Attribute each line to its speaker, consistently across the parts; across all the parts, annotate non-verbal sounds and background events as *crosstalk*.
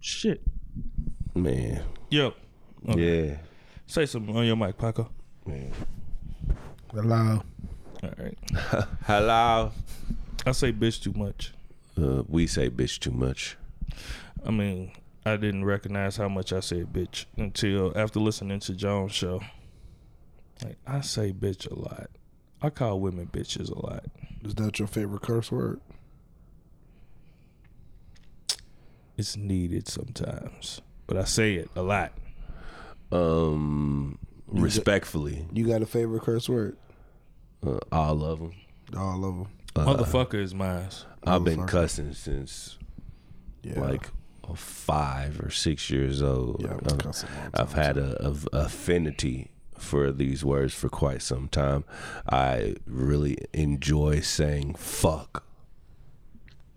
Speaker 1: Shit.
Speaker 2: Man.
Speaker 1: Yo,
Speaker 2: Yeah.
Speaker 1: say something on your mic, Paco.
Speaker 3: *laughs*
Speaker 2: Man.
Speaker 3: Hello.
Speaker 1: All right.
Speaker 2: Hello.
Speaker 1: I say bitch too much.
Speaker 2: Uh, we say bitch too much.
Speaker 1: I mean, I didn't recognize how much I said bitch until after listening to John's show. Like, I say bitch a lot. I call women bitches a lot.
Speaker 3: Is that your favorite curse word?
Speaker 1: It's needed sometimes, but I say it a lot.
Speaker 2: Um, respectfully,
Speaker 3: You got a favorite curse word?
Speaker 2: uh, all of them.
Speaker 3: All of them.
Speaker 1: Motherfucker is mine.
Speaker 2: I've been
Speaker 3: Motherfucker.
Speaker 2: cussing since
Speaker 3: Yeah.
Speaker 2: like oh, five or six years old.
Speaker 3: yeah, I was
Speaker 2: Um,
Speaker 3: cussing all the
Speaker 2: I've
Speaker 3: time.
Speaker 2: had a, a v- affinity for these words for quite some time. I really enjoy saying fuck,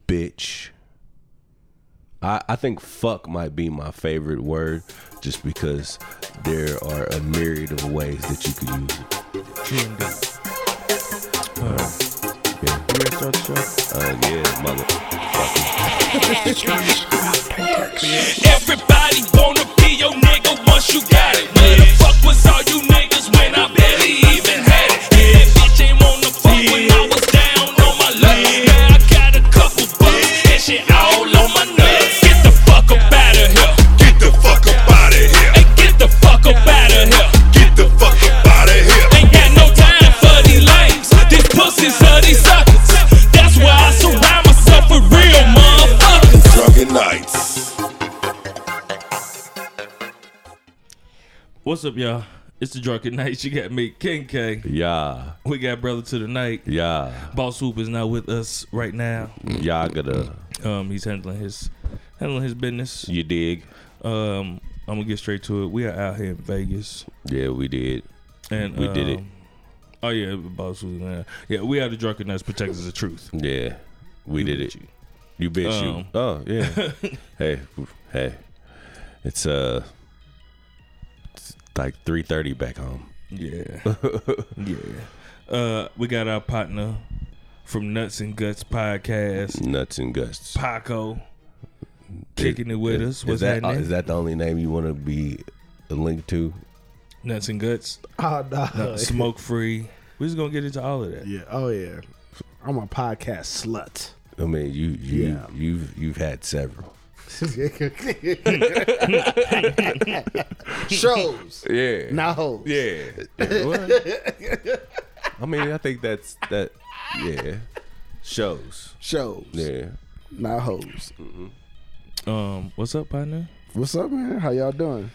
Speaker 2: bitch. I, I think fuck might be my favorite word just because there are a myriad of ways that you could use it. Yeah, uh, yeah motherfucker.
Speaker 4: Everybody wanna be your nigga once you got it. Where the fuck was all you niggas when I barely even had it? Yeah, that bitch ain't wanna fuck when I was down on my luck. Now I got a couple bucks, that shit all on my nuts. Get the fuck up out of here.
Speaker 5: Get the fuck up out of here.
Speaker 4: Hey, get the fuck up out of here.
Speaker 5: Get the fuck up out of here.
Speaker 4: Ain't got no time for these lames. These pussies are these suckers. That's why I surround myself with real motherfuckers.
Speaker 5: Drunken nights.
Speaker 1: What's up, y'all? It's the Drunken Night. You got me, King K.
Speaker 2: Yeah,
Speaker 1: We got Brother to the Night.
Speaker 2: yeah,
Speaker 1: Boss Hoop is not with us right now.
Speaker 2: y'all gotta,
Speaker 1: Um, he's handling his handling his business.
Speaker 2: you dig?
Speaker 1: Um, I'm gonna get straight to it. We are out here in Vegas,
Speaker 2: Yeah, we did.
Speaker 1: and
Speaker 2: We did it.
Speaker 1: um, Oh yeah, Boss Hoop. Yeah, yeah we are the Drunken Knights Protectors of Truth.
Speaker 2: Yeah, we did it. You bitch
Speaker 1: Um.
Speaker 2: you. Oh
Speaker 1: *laughs*
Speaker 2: yeah. hey, hey. It's uh it's like 3:30 back home.
Speaker 1: Yeah, yeah. Uh, we got our partner from Nuts and Guts podcast,
Speaker 2: *laughs* Nuts and gusts.
Speaker 1: Paco, kicking it with us.
Speaker 2: Is
Speaker 1: What's
Speaker 2: that uh,
Speaker 1: happening?
Speaker 2: is that the only name you want to be linked to?
Speaker 1: Nuts and Guts,
Speaker 2: Ah,
Speaker 3: Oh, no.
Speaker 1: smoke free. We're just gonna get into all of that.
Speaker 3: Yeah. Oh, yeah. I'm a
Speaker 2: *laughs*
Speaker 3: podcast slut.
Speaker 2: I mean, you you
Speaker 3: Yeah.
Speaker 2: you've you've had several.
Speaker 3: Shows.
Speaker 2: Yeah.
Speaker 3: No.
Speaker 2: *laughs* Yeah. what? I mean, I think that's that yeah. Shows.
Speaker 3: Shows.
Speaker 2: Yeah.
Speaker 3: Not hoes.
Speaker 1: Um, what's up, partner?
Speaker 3: What's up, man? How y'all doing?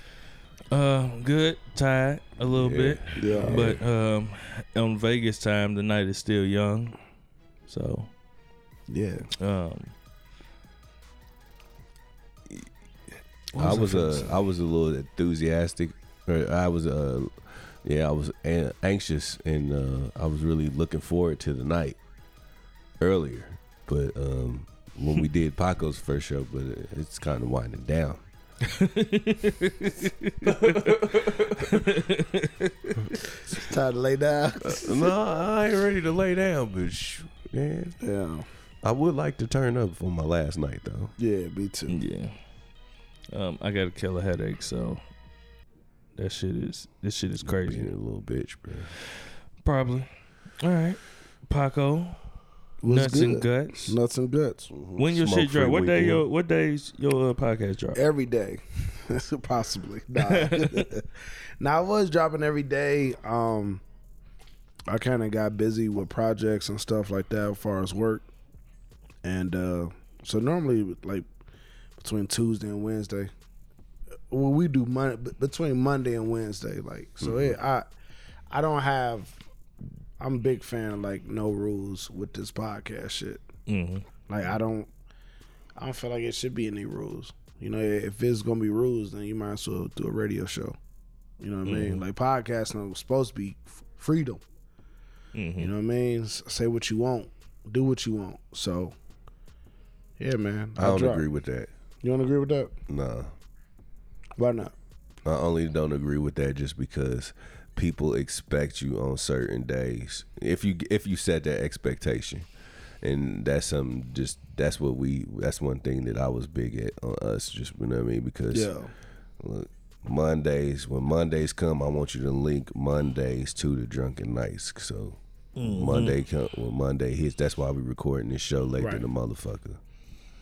Speaker 1: Uh, good, tired a little bit.
Speaker 3: Yeah.
Speaker 1: But um, on Vegas time, the night is still young, so
Speaker 3: yeah.
Speaker 1: um,
Speaker 2: I was uh, I was a little enthusiastic, or I was uh, yeah, I was an- anxious, and uh, I was really looking forward to the night earlier. But um, *laughs* when we did Paco's first show, but it- it's kind of winding down.
Speaker 3: Time to lay down. *laughs*
Speaker 2: no, I ain't ready to lay down, but sh- yeah,
Speaker 3: yeah.
Speaker 2: I would like to turn up for my last night though.
Speaker 3: Yeah, me
Speaker 2: Mm.
Speaker 3: too.
Speaker 1: yeah, um, I got a killer headache, so that shit is this shit is
Speaker 2: Being
Speaker 1: crazy.
Speaker 2: a little bitch, bro.
Speaker 1: Probably. All right, Paco,
Speaker 3: What's
Speaker 1: nuts
Speaker 3: good?
Speaker 1: and guts.
Speaker 3: Nuts and guts.
Speaker 1: When your shit
Speaker 2: Smoke-free
Speaker 1: drop? What day
Speaker 2: weekend.
Speaker 1: your what days your uh, podcast drop?
Speaker 3: Every day. *laughs* Possibly. Nah. *laughs* now I was dropping every day. Um I kinda got busy with projects and stuff like that as far as work. And uh so normally like between Tuesday and Wednesday. Well we do Monday between Monday and Wednesday, like so it, I I don't have I'm a big fan of like no rules with this podcast shit. Like I don't I don't feel like it should be any rules. You know, if it's gonna be rules, then you might as well do a radio show. You know what I mean? Like podcasting was supposed to be f- freedom. You know what I mean? S- Say what you want, do what you want. So, yeah, man.
Speaker 2: I don't
Speaker 3: drop.
Speaker 2: agree with that.
Speaker 3: You don't agree with that?
Speaker 2: Nah.
Speaker 3: Why not?
Speaker 2: I only don't agree with that just because people expect you on certain days. If you if you set that expectation, and that's something just that's what we that's one thing that I was big at on us. Just you know what I mean because
Speaker 3: Yeah.
Speaker 2: look. Mondays, when Mondays come, I want you to link Mondays to the drunken nights. So
Speaker 3: Mm-hmm.
Speaker 2: Monday come when Monday hits. That's why we recording this show late
Speaker 3: Right.
Speaker 2: than a motherfucker.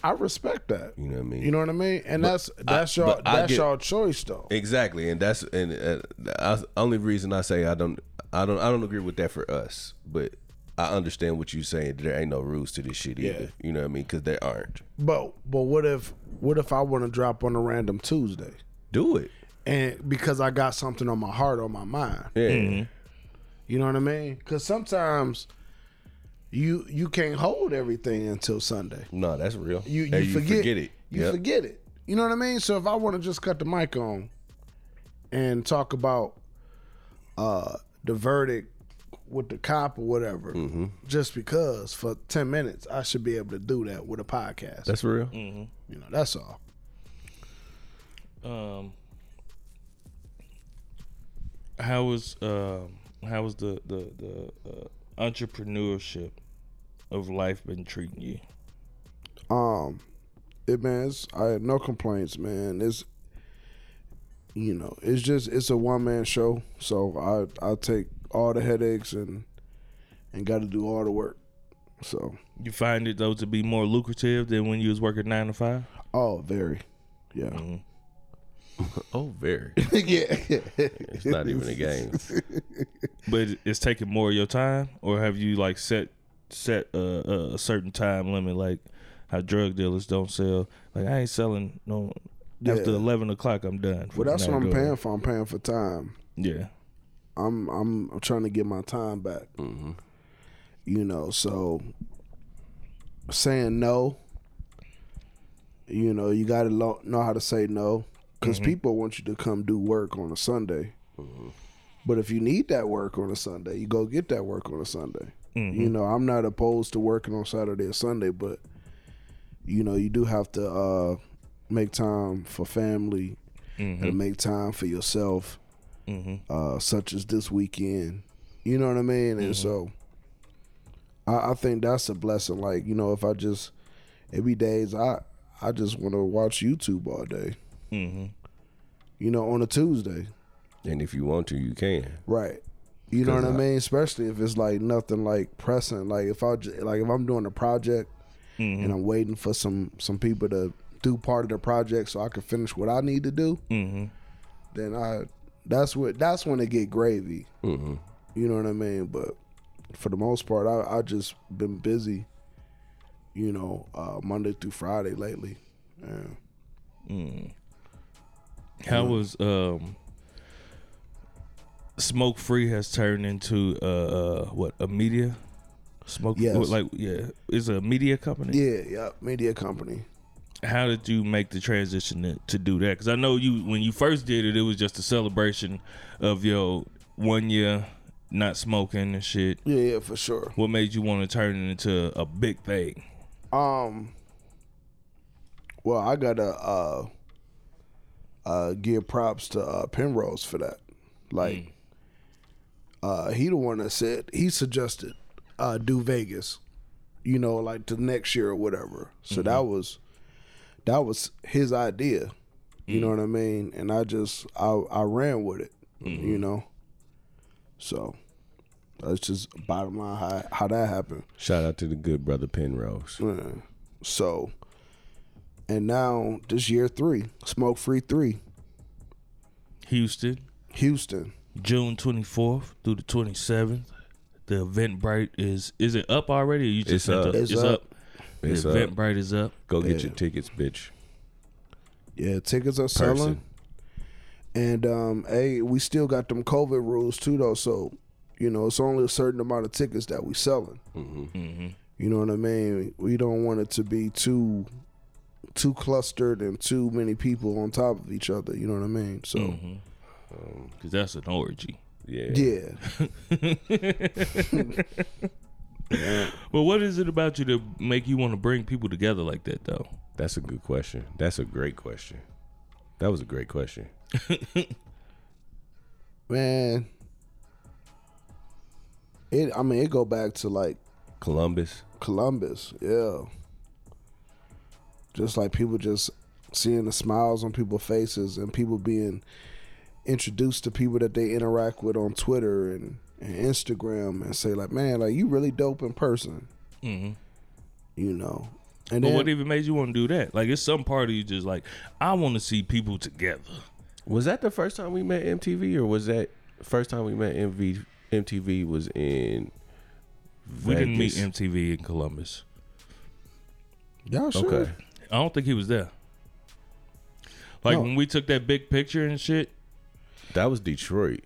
Speaker 3: I respect that.
Speaker 2: You know what I mean?
Speaker 3: You know what I mean? And that's that's
Speaker 2: I-
Speaker 3: y'all
Speaker 2: but I
Speaker 3: that's
Speaker 2: get-
Speaker 3: y'all choice though.
Speaker 2: Exactly, and that's and uh, I, only reason I say I don't, I don't, I don't agree with that for us. But I understand what you're saying. There ain't no rules to this shit either.
Speaker 3: Yeah.
Speaker 2: You know what I mean? Because there aren't.
Speaker 3: But but what if what if I want to drop on a random Tuesday?
Speaker 2: Do it.
Speaker 3: And because I got something on my heart or my mind.
Speaker 2: Yeah.
Speaker 3: Mm-hmm. You know what I mean? Cuz sometimes you you can't hold everything until Sunday.
Speaker 2: No, that's real.
Speaker 3: You you,
Speaker 2: Hey,
Speaker 3: forget,
Speaker 2: it.
Speaker 3: You
Speaker 2: Yep.
Speaker 3: forget it. You know what I mean? So if I want to just cut the mic on and talk about uh the verdict with the cop or whatever,
Speaker 2: Mm-hmm.
Speaker 3: just because for ten minutes I should be able to do that with a podcast.
Speaker 2: That's real.
Speaker 3: you know, that's all.
Speaker 1: Um, how was um how was the the the uh, entrepreneurship of life been treating you?
Speaker 3: Um, it man, it's, I have no complaints, man. It's you know, it's just it's a one man show, so I I take all the headaches and and got to do all the work. So,
Speaker 1: You find it though to be more lucrative than when you was working nine to five.
Speaker 3: oh, very, yeah,
Speaker 2: Oh, very.
Speaker 3: *laughs* yeah.
Speaker 2: It's not even a
Speaker 3: *laughs*
Speaker 2: game.
Speaker 1: But it's taking more of your time, or have you like set set a, a, a certain time limit, like how drug dealers don't sell? Like I ain't selling no after
Speaker 3: Yeah.
Speaker 1: eleven o'clock. I'm done.
Speaker 3: well, that's
Speaker 1: Now
Speaker 3: what I'm
Speaker 1: go.
Speaker 3: paying for. I'm paying for time.
Speaker 1: Yeah,
Speaker 3: I'm I'm I'm trying to get my time back. You know, so saying no. You know, you got to lo- know how to say no because people want you to come do work on a Sunday. But if you need that work on a Sunday, you go get that work on a Sunday. You know, I'm not opposed to working on Saturday or Sunday, but you know, you do have to uh, make time for family and make time for yourself uh, such as this weekend. You know what I mean? And so I, I think that's a blessing. Like, you know, if I just every days I I just want to watch YouTube all day. You know, on a Tuesday.
Speaker 2: and if you want to, you can.
Speaker 3: Right. You know what I, mean? Especially if it's like nothing like pressing. Like if I j- like if I'm doing a project and I'm waiting for some some people to do part of the project so I can finish what I need to do.
Speaker 1: Mm-hmm.
Speaker 3: Then I that's what that's when it get gravy. You know what I mean? But for the most part, I I just been busy. You know, uh, Monday through Friday lately. Yeah.
Speaker 1: How was um smoke free has turned into uh, uh what a media smoke
Speaker 3: Yes.
Speaker 1: what, like yeah is a media company.
Speaker 3: Yeah. Yeah. Media company.
Speaker 1: How did you make the transition to, to do that? Because I know you when you first did it, it was just a celebration of your one year not smoking and shit.
Speaker 3: Yeah. Yeah. For sure.
Speaker 1: What made you want to turn it into a big thing?
Speaker 3: Um. Well, I gotta uh, uh, give props to uh, Penrose for that. Like, uh, he the one that said he suggested uh, do Vegas, you know, like the next year or whatever. So that was that was his idea. You know what I mean? And I just I I ran with it. You know, so that's just bottom line how how that happened.
Speaker 2: Shout out to the good brother Penrose.
Speaker 3: Yeah. So, and now this year three, smoke free three,
Speaker 1: Houston,
Speaker 3: Houston.
Speaker 1: June twenty fourth through the twenty seventh. The Eventbrite is is it up already? Or you just
Speaker 2: It's
Speaker 1: sent
Speaker 2: up.
Speaker 1: the-
Speaker 3: It's up.
Speaker 2: It's
Speaker 1: the
Speaker 2: up.
Speaker 1: Eventbrite is up.
Speaker 2: Go get
Speaker 3: Yeah.
Speaker 2: your tickets, bitch.
Speaker 3: Yeah, tickets are
Speaker 2: Person.
Speaker 3: selling, and um, hey, we still got them COVID rules too, though. So, you know, it's only a certain amount of tickets that we selling. You know what I mean? We don't want it to be too, too clustered and too many people on top of each other. You know what I mean? So,
Speaker 1: Cause that's an orgy.
Speaker 2: Yeah.
Speaker 3: yeah.
Speaker 1: Well, what is it about you to make you want to bring people together like that, though?
Speaker 2: That's a good question. That's a great question. That was a great question.
Speaker 3: man it i mean it go back to like
Speaker 2: Columbus.
Speaker 3: Columbus, yeah. Just like people just seeing the smiles on people's faces and people being introduced to people that they interact with on Twitter and, and Instagram and say like, man, like you really dope in person.
Speaker 2: Mm-hmm.
Speaker 3: You know. And
Speaker 1: But
Speaker 3: then,
Speaker 1: what even made you want to do that? Like, it's some part of you just like, I want to see people together.
Speaker 2: Was that the first time we met MTV, or was that first time we met MV, MTV was in?
Speaker 1: We didn't meet
Speaker 2: Vegas?
Speaker 1: MTV in Columbus.
Speaker 3: y'all should.
Speaker 2: Okay,
Speaker 1: I don't think he was there. Like
Speaker 3: No.
Speaker 1: when we took that big picture and shit,
Speaker 2: that was Detroit.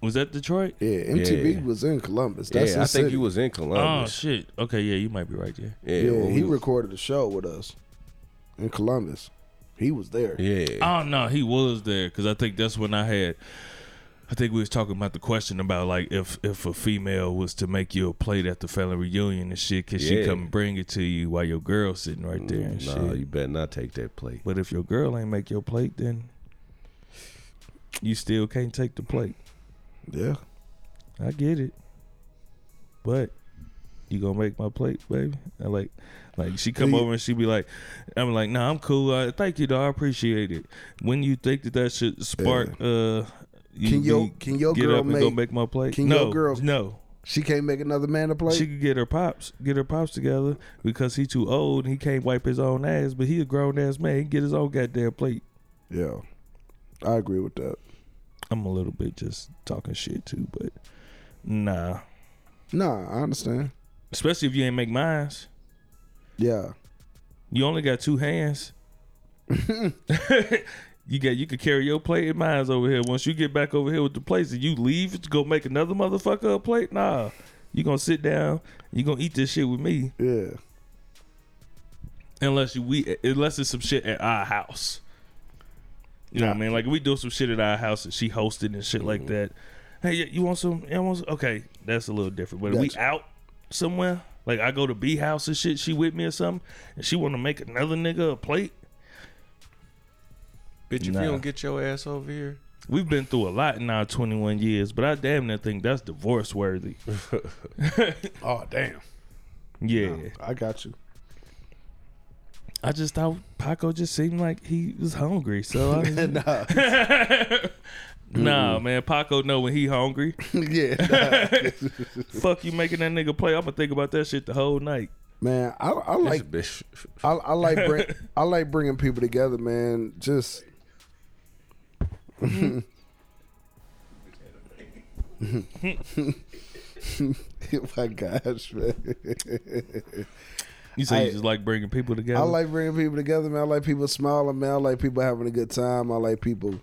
Speaker 1: was that Detroit?
Speaker 3: Yeah, MTV
Speaker 2: Yeah.
Speaker 3: was in Columbus. That's
Speaker 2: yeah, I
Speaker 3: his
Speaker 2: think
Speaker 3: city.
Speaker 2: you was in
Speaker 1: Oh
Speaker 2: Columbus.
Speaker 1: shit. Okay, yeah, you might be right there.
Speaker 2: yeah,
Speaker 3: Yeah,
Speaker 2: when
Speaker 3: he
Speaker 2: we-
Speaker 3: recorded a show with us in Columbus. He was there.
Speaker 2: yeah,
Speaker 1: Oh no, he was there because I think that's when I had. I think we was talking about the question about like if if a female was to make you a plate at the family reunion and shit, can she
Speaker 2: Yeah.
Speaker 1: come bring it to you while your girl's sitting right there and
Speaker 2: nah,
Speaker 1: shit?
Speaker 2: you better not take that plate.
Speaker 1: But if your girl ain't make your plate, then you still can't take the plate.
Speaker 3: Yeah.
Speaker 1: I get it, but you gonna make my plate, baby? And like, like she come
Speaker 3: Yeah, you-
Speaker 1: over and she be like, I'm like, nah, I'm cool. I, thank you, though. I appreciate it. When you think that that should spark, uh, you
Speaker 3: Can your-
Speaker 1: be-
Speaker 3: can your
Speaker 1: get
Speaker 3: girl
Speaker 1: up and go
Speaker 3: make-
Speaker 1: make my plate?
Speaker 3: can
Speaker 1: no,
Speaker 3: your girl-
Speaker 1: no.
Speaker 3: She can't make another man to play.
Speaker 1: She could get her pops, get her pops together because he too old and he can't wipe his own ass. But he a grown ass man. He can get his own goddamn plate.
Speaker 3: yeah. I agree with that.
Speaker 1: I'm a little bit just talking shit too, but nah.
Speaker 3: Nah, I understand.
Speaker 1: Especially if you ain't make mines.
Speaker 3: Yeah.
Speaker 1: You only got two hands. *laughs* you got you could carry your plate and mine's over here. Once you get back over here with the plates and you leave to go make another motherfucker a plate, nah. You gonna sit down. You gonna eat this shit with me,
Speaker 3: Yeah.
Speaker 1: unless you we unless it's some shit at our house. You know what I mean? Like we do some shit at our house and she hosted and shit like that. Hey, you- you want some? You want some? Okay, that's a little different. But if we
Speaker 3: Gotcha.
Speaker 1: out somewhere, like I go to B house and shit, she with me or something, and she want to make another nigga a plate.
Speaker 2: Bitch, if
Speaker 1: Nah.
Speaker 2: you don't get your ass over here,
Speaker 1: We've been through a lot in our 21 years, but I damn near think that's divorce worthy.
Speaker 3: Oh damn.
Speaker 1: Yeah.
Speaker 3: I got you.
Speaker 1: I just thought Paco just seemed like he was hungry.
Speaker 3: *laughs*
Speaker 1: So, I,
Speaker 3: *laughs* nah.
Speaker 1: nah, man. Paco know when he hungry.
Speaker 3: yeah. nah.
Speaker 1: Fuck you making that nigga play. I'm going to think about that shit the whole night.
Speaker 3: Man, I, I
Speaker 2: this
Speaker 3: like
Speaker 2: bitch.
Speaker 3: I, I like bring, I like bringing people together, man. *laughs* Just Oh my gosh, man. *laughs*
Speaker 1: You say
Speaker 3: I-
Speaker 1: you just like bringing people together.
Speaker 3: I like bringing people together, man. I like people smiling, man. I like people having a good time. I like people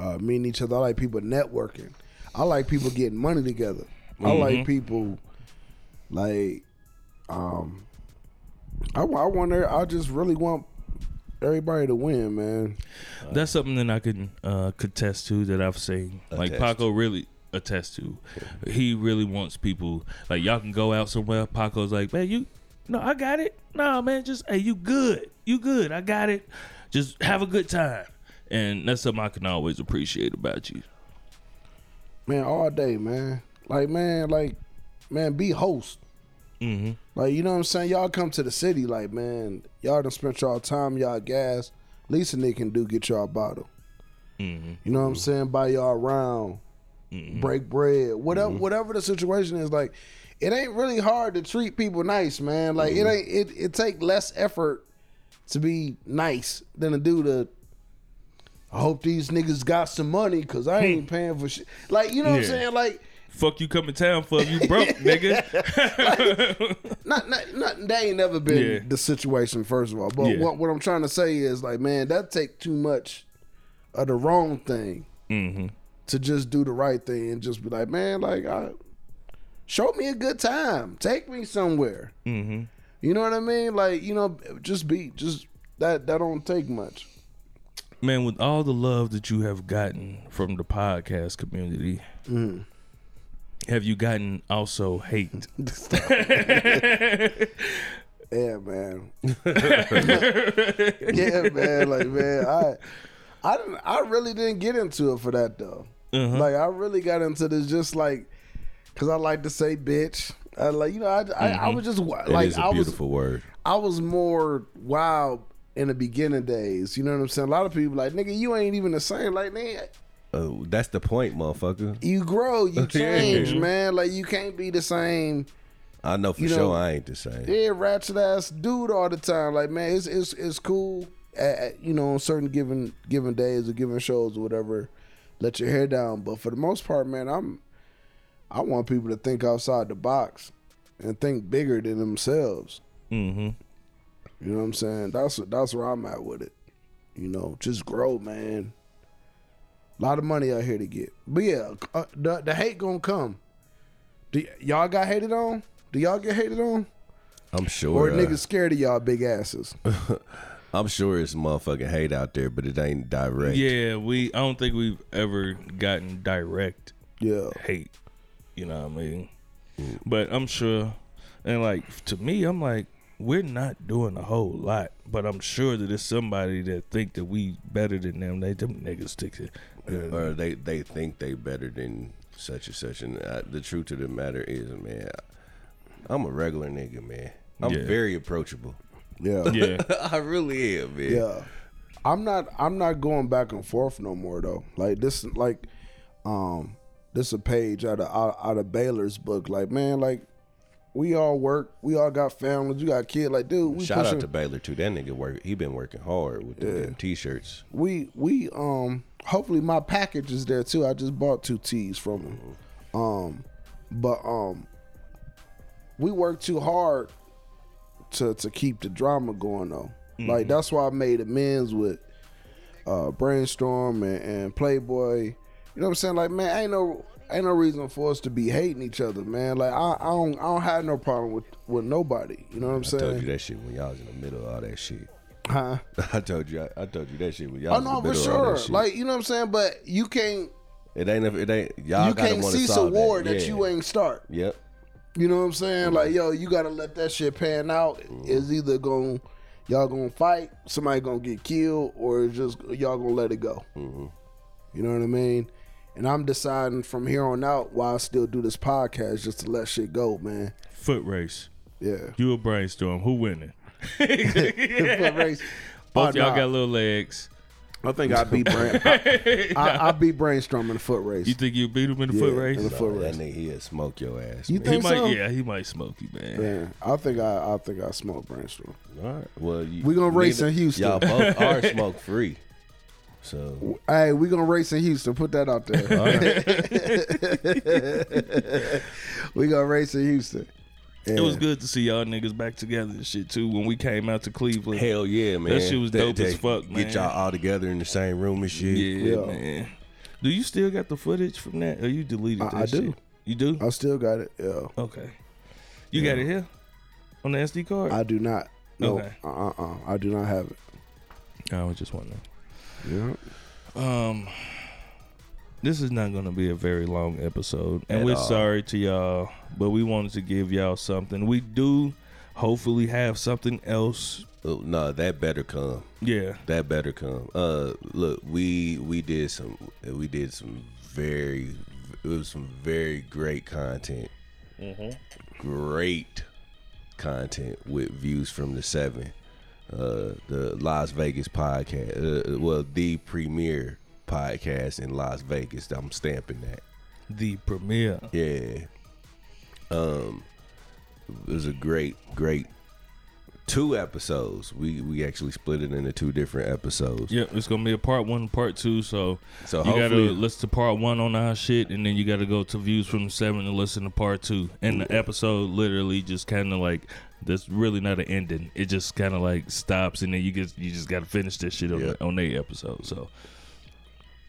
Speaker 3: uh, meeting each other. I like people networking. I like people getting money together. I like people like um I, I want to I just really want everybody to win, man.
Speaker 1: That's something that I can uh, contest to that I've seen. Like
Speaker 2: Attest.
Speaker 1: Paco really attest to. He really wants people like y'all can go out somewhere. Paco's like, man, you no, I got it. No, man, just hey, you good, you good. I got it. Just have a good time, and that's something I can always appreciate about you.
Speaker 3: Man, all day, man. Like man, like man, be host.
Speaker 1: Mm-hmm.
Speaker 3: Like you know what I'm saying? Y'all come to the city, like man, y'all done spent y'all time, y'all gas. Least a nigga can do get y'all a bottle.
Speaker 1: Mm-hmm.
Speaker 3: You know what I'm saying? Buy y'all a round, break bread, whatever
Speaker 1: Mm-hmm.
Speaker 3: whatever the situation is. Like it ain't really hard to treat people nice, man. Like it
Speaker 1: Mm-hmm.
Speaker 3: ain't it it take less effort to be nice than to do the. I hope these niggas got some money because I ain't paying for shit. Like you know what
Speaker 1: Hmm. Yeah.
Speaker 3: I'm saying? Like
Speaker 1: Fuck you coming town for if you broke, nigga.
Speaker 3: not, not, not that ain't never been
Speaker 1: Yeah.
Speaker 3: the situation first of all but
Speaker 1: Yeah.
Speaker 3: what, what i'm trying to say is like man that take too much of the wrong thing
Speaker 1: Mm-hmm.
Speaker 3: to just do the right thing and just be like man like I, show me a good time take me somewhere mm-hmm. you know what i mean like you know just be just that that don't take much
Speaker 1: man, with all the love that you have gotten from the podcast community, have you gotten also hate?
Speaker 3: Yeah,
Speaker 2: *laughs*
Speaker 3: man. yeah, man. Like, man, I, I didn't. I really didn't get into it for
Speaker 2: Uh-huh.
Speaker 3: that though. Like, I really got into this just like, cause I like to say bitch. Uh, like you know, I, I, I was just wa-
Speaker 2: Mm-hmm. It
Speaker 3: like
Speaker 2: is a
Speaker 3: I was
Speaker 2: beautiful word.
Speaker 3: I was more wild in the beginning days. You know what I'm saying? A lot of people like nigga, you ain't even the same. Like man,
Speaker 2: Oh, that's the point, motherfucker.
Speaker 3: you grow, you
Speaker 2: *laughs*
Speaker 3: change,
Speaker 2: Yeah.
Speaker 3: man. Like you can't be the same.
Speaker 2: I know for
Speaker 3: You
Speaker 2: sure
Speaker 3: know-
Speaker 2: I ain't the same.
Speaker 3: Yeah, ratchet ass dude all the time. Like man, it's it's it's cool. At, at, you know, on certain given given days or given shows or whatever, let your hair down. But for the most part, man, I'm I want people to think outside the box and think bigger than themselves. Mm-hmm. You know what I'm saying? That's that's where I'm at with it. You know, just grow, man. A lot of money out here to get, but yeah, uh, the the hate gonna come. Do y- y'all got hated on? Do y'all get hated on?
Speaker 2: I'm sure.
Speaker 3: Or
Speaker 2: uh,
Speaker 3: niggas scared of y'all big
Speaker 2: *laughs*
Speaker 3: asses.
Speaker 2: I'm sure it's motherfucking hate out there, but it ain't direct.
Speaker 1: Yeah, we. I don't think we've ever gotten direct
Speaker 3: Yeah.
Speaker 1: hate. You know what I mean? But I'm sure, and like to me, I'm like, we're not doing a whole lot. But I'm sure that it's somebody that think that we better than them. They them niggas stick to.
Speaker 2: Or they, they think they better than such and such. And uh, the truth of the matter is, man, I'm a regular nigga, man. I'm
Speaker 1: Yeah.
Speaker 2: very approachable. *laughs*
Speaker 3: Yeah. Yeah.
Speaker 1: Yeah,
Speaker 2: I really am, man.
Speaker 3: I'm not I'm not going back and forth no more though. Like this like um this a page out of out, out of Baylor's book. Like, man, like we all work, we all got families, we got kids. Like, dude, we
Speaker 2: Shout
Speaker 3: pushing,
Speaker 2: out to Baylor too. That nigga work. He been working hard with the them t-shirts.
Speaker 3: we we um hopefully my package is there too. I just bought two tees from him.
Speaker 2: Mm-hmm.
Speaker 3: Um but um we work too hard to to keep the drama going though. Like
Speaker 2: Mm-hmm.
Speaker 3: that's why I made amends with uh Brainstorm and, and Playboy. You know what I'm saying? Like man, ain't no ain't no reason for us to be hating each other, man. Like I, I don't I don't have no problem with with nobody. You know what I'm
Speaker 2: I told
Speaker 3: saying?
Speaker 2: you that shit when y'all was in the middle of all that shit. *laughs*
Speaker 3: Huh?
Speaker 2: I told you. I, I told you that shit when y'all.
Speaker 3: Oh
Speaker 2: was in
Speaker 3: no,
Speaker 2: the
Speaker 3: for
Speaker 2: middle of all
Speaker 3: sure.
Speaker 2: that shit.
Speaker 3: Like you know what I'm saying, but you can't
Speaker 2: it ain't. It ain't. Y'all gotta
Speaker 3: you can't
Speaker 2: wanna
Speaker 3: cease a
Speaker 2: solve
Speaker 3: war that,
Speaker 2: Yeah.
Speaker 3: you ain't start.
Speaker 2: Yep.
Speaker 3: You know what I'm saying? Like, yo, you gotta let that shit pan out.
Speaker 1: Mm-hmm.
Speaker 3: It's either going y'all gonna fight, somebody gonna get killed, or it's just y'all gonna let it go.
Speaker 1: Mm-hmm.
Speaker 3: You know what I mean? And I'm deciding from here on out why I still do this podcast just to let shit go, man.
Speaker 1: foot race. *laughs*
Speaker 3: Yeah.
Speaker 1: You a brainstorm. Who *laughs* winning?
Speaker 3: *laughs* Foot race.
Speaker 1: *laughs* Both
Speaker 3: Oh,
Speaker 1: y'all
Speaker 3: nah.
Speaker 1: got little legs.
Speaker 3: I think I beat
Speaker 1: *laughs*
Speaker 2: *laughs*
Speaker 3: brain. I, I, I beat brainstorming the foot race.
Speaker 1: You think you beat him in the
Speaker 3: Yeah,
Speaker 1: foot race?
Speaker 3: in the foot
Speaker 2: That
Speaker 3: race.
Speaker 2: nigga he'll smoke your ass.
Speaker 3: You
Speaker 2: man.
Speaker 1: He
Speaker 3: think
Speaker 1: might.
Speaker 3: so?
Speaker 1: Yeah, he might smoke you, man.
Speaker 3: Yeah, I think I, I think I smoked brainstorm.
Speaker 2: All right. Well, you,
Speaker 3: We gonna race
Speaker 2: neither-
Speaker 3: in Houston.
Speaker 2: Y'all both
Speaker 3: *laughs*
Speaker 2: are smoke free. So
Speaker 3: Hey, we gonna race in Houston. Put that out there. *laughs* we gonna race in Houston.
Speaker 1: It was good to see y'all niggas back together and shit too. When we came out to Cleveland,
Speaker 2: hell yeah, man.
Speaker 1: shit was dope as fuck,
Speaker 2: Get
Speaker 1: man.
Speaker 2: y'all all together in the same room and shit.
Speaker 1: Yeah,
Speaker 3: Yeah.
Speaker 1: man. Do you still got the footage from that? Or you deleted
Speaker 3: I-
Speaker 1: that
Speaker 3: I do.
Speaker 1: shit? You do?
Speaker 3: I still got it. Yeah,
Speaker 1: okay. You got it here? On the SD card?
Speaker 3: I do not. No,
Speaker 1: Okay.
Speaker 3: uh, uh, uh, I do not have it.
Speaker 1: I was just wondering.
Speaker 3: Yeah,
Speaker 1: Um This is not gonna be a very long episode. And
Speaker 2: At
Speaker 1: we're
Speaker 2: all.
Speaker 1: sorry to y'all, but we wanted to give y'all something. We do hopefully have something else.
Speaker 2: Oh, no, that better come.
Speaker 1: Yeah.
Speaker 2: That better come. Uh, look, we we did some we did some very it was some very great content. Great content with views from the seven, uh, the Las Vegas podcast. Uh, well, the premier podcast in Las Vegas. I'm stamping that.
Speaker 1: The premiere.
Speaker 2: Yeah. Um it was a great, great two episodes. We we actually split it into two different episodes.
Speaker 1: Yep, it's gonna be a part one, part two. So,
Speaker 2: So
Speaker 1: you gotta
Speaker 2: hopefully-
Speaker 1: listen to part one on our shit, and then you gotta go to views from seven and listen to part two. And the episode literally just kind of like that's really not an ending. It just kind of like stops, and then you get you just gotta finish this shit on
Speaker 2: Yeah.
Speaker 1: on their episode. So,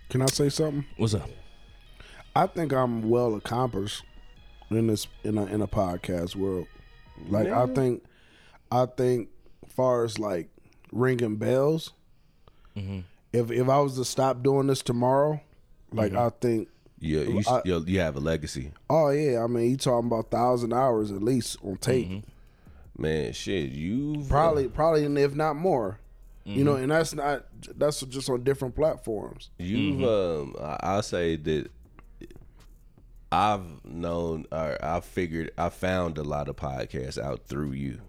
Speaker 3: can I say something?
Speaker 1: what's up?
Speaker 3: I think I'm well accomplished in this in a in a podcast world. Like I think, I think, far as like ringing bells. Mm-hmm. If if I was to stop doing this tomorrow, like I think
Speaker 2: Yeah, you,
Speaker 3: I-
Speaker 2: you, you have a legacy.
Speaker 3: Oh yeah, I mean, you talking about thousand hours at least on tape,
Speaker 2: Man, shit, uh, you
Speaker 3: probably, probably, and if not more. You know, and that's not that's just on different platforms.
Speaker 2: you've um I- I'll say that I've known or I figured I found a lot of podcasts out through you.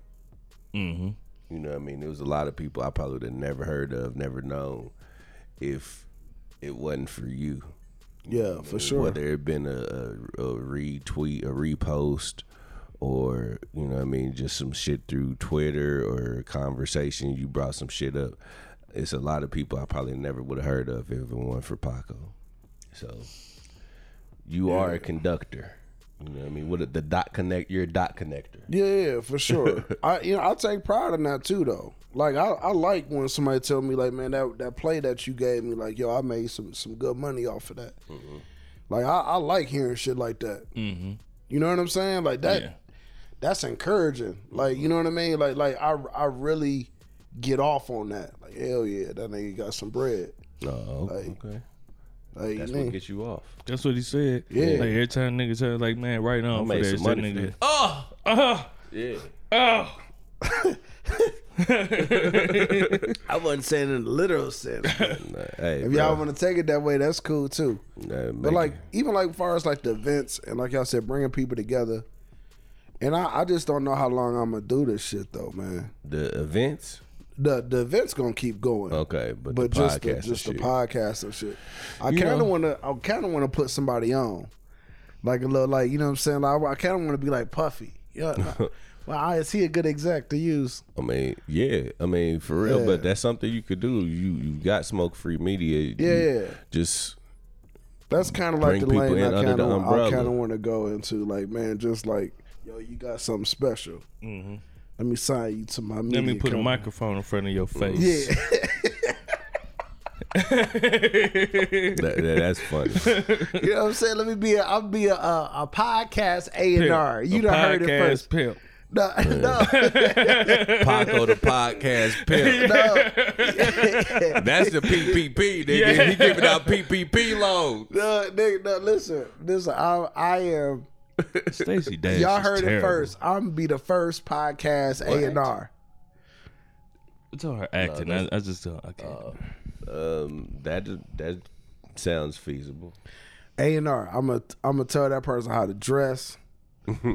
Speaker 2: Mm-hmm. You know what I mean? There was a lot of people I probably would have never heard of, never known if it wasn't for you.
Speaker 3: Yeah, for sure.
Speaker 2: Whether it had been a, a, a retweet, a repost, or you know, what I mean, just some shit through Twitter or conversation, you brought some shit up. It's a lot of people I probably never would have heard of if it weren't for Paco. So you are a conductor. You know, what I mean, what a- the dot connect? You're a dot connector.
Speaker 3: Yeah, yeah,
Speaker 2: *laughs*
Speaker 3: for sure. I you know I take pride in that too though. Like I, I like when somebody tell me like man that that play that you gave me like yo I made some some good money off of that.
Speaker 2: Mm-hmm.
Speaker 3: Like I, I like hearing shit like that. Mm-hmm. You know what I'm saying? Like that
Speaker 1: Yeah.
Speaker 3: that's encouraging. Like
Speaker 2: Mm-hmm.
Speaker 3: you know what I mean? Like like I I really get off on that. Like hell yeah, that nigga got some bread.
Speaker 2: Oh,
Speaker 3: Like,
Speaker 2: okay.
Speaker 3: Like
Speaker 2: That's
Speaker 3: man.
Speaker 2: what gets you off.
Speaker 1: That's what he said.
Speaker 3: Yeah.
Speaker 1: Like every time niggas tell like, man, right on for
Speaker 2: made
Speaker 1: that
Speaker 2: some
Speaker 1: shit,
Speaker 2: money for
Speaker 1: nigga.
Speaker 2: that.
Speaker 1: Oh, oh,
Speaker 2: Yeah.
Speaker 1: oh.
Speaker 3: I wasn't saying in the literal sense. but
Speaker 2: *laughs* Hey,
Speaker 3: if y'all want to take it that way, that's cool too. But like even like far as like the events and like y'all said, bringing people together. And I, I just don't know how long I'm gonna do this shit though, man.
Speaker 2: the events.
Speaker 3: The the events gonna keep going.
Speaker 2: Okay, but,
Speaker 3: But
Speaker 2: the
Speaker 3: just the,
Speaker 2: podcast and
Speaker 3: just the
Speaker 2: shit.
Speaker 3: podcast and shit. I kind
Speaker 2: know.
Speaker 3: of want to. I kind of want to put somebody on, like a little, like you know what I'm saying. Like, I, kind of want to be like Puffy.
Speaker 2: *laughs*
Speaker 3: Yeah. nah. well, I, is he a good exec to use?
Speaker 2: I mean, yeah. I mean, for real.
Speaker 3: Yeah.
Speaker 2: But that's something you could do. You you got smoke free media. You
Speaker 3: Yeah.
Speaker 2: Just
Speaker 3: That's kind of like
Speaker 2: Bring
Speaker 3: the
Speaker 2: people
Speaker 3: lane
Speaker 2: in
Speaker 3: I
Speaker 2: under
Speaker 3: kind
Speaker 2: the
Speaker 3: of I
Speaker 2: umbrella.
Speaker 3: kind of want to go into. Like, man, just like yo, you got something special. Let me sign you to my.
Speaker 1: Mm-hmm. Let me put a microphone in front of your face. *laughs*
Speaker 3: Yeah. *laughs*
Speaker 2: that, that- that's funny.
Speaker 3: You know what I'm saying? Let me be a I'll be a a, a podcast A and R. You
Speaker 1: A
Speaker 3: done heard it
Speaker 1: podcast
Speaker 3: first.
Speaker 1: Pimp.
Speaker 3: No, *laughs* no,
Speaker 2: Paco the podcast pimp.
Speaker 1: *laughs*
Speaker 2: *laughs*
Speaker 3: no.
Speaker 2: That's the PPP. Nigga.
Speaker 1: Yeah.
Speaker 2: He giving out PPP loans.
Speaker 3: *laughs* No, nigga, no, listen, listen. I, I am.
Speaker 1: Stacy Dash.
Speaker 3: Y'all
Speaker 1: is
Speaker 3: heard it
Speaker 1: terrible.
Speaker 3: first. I'm be the first podcast A and R.
Speaker 1: It's all her acting. I, I just don't. I can't.
Speaker 3: uh,
Speaker 2: Um, that that sounds feasible.
Speaker 3: A and R. I'm a. I'm gonna tell that person how to
Speaker 1: *laughs*
Speaker 3: dress. you know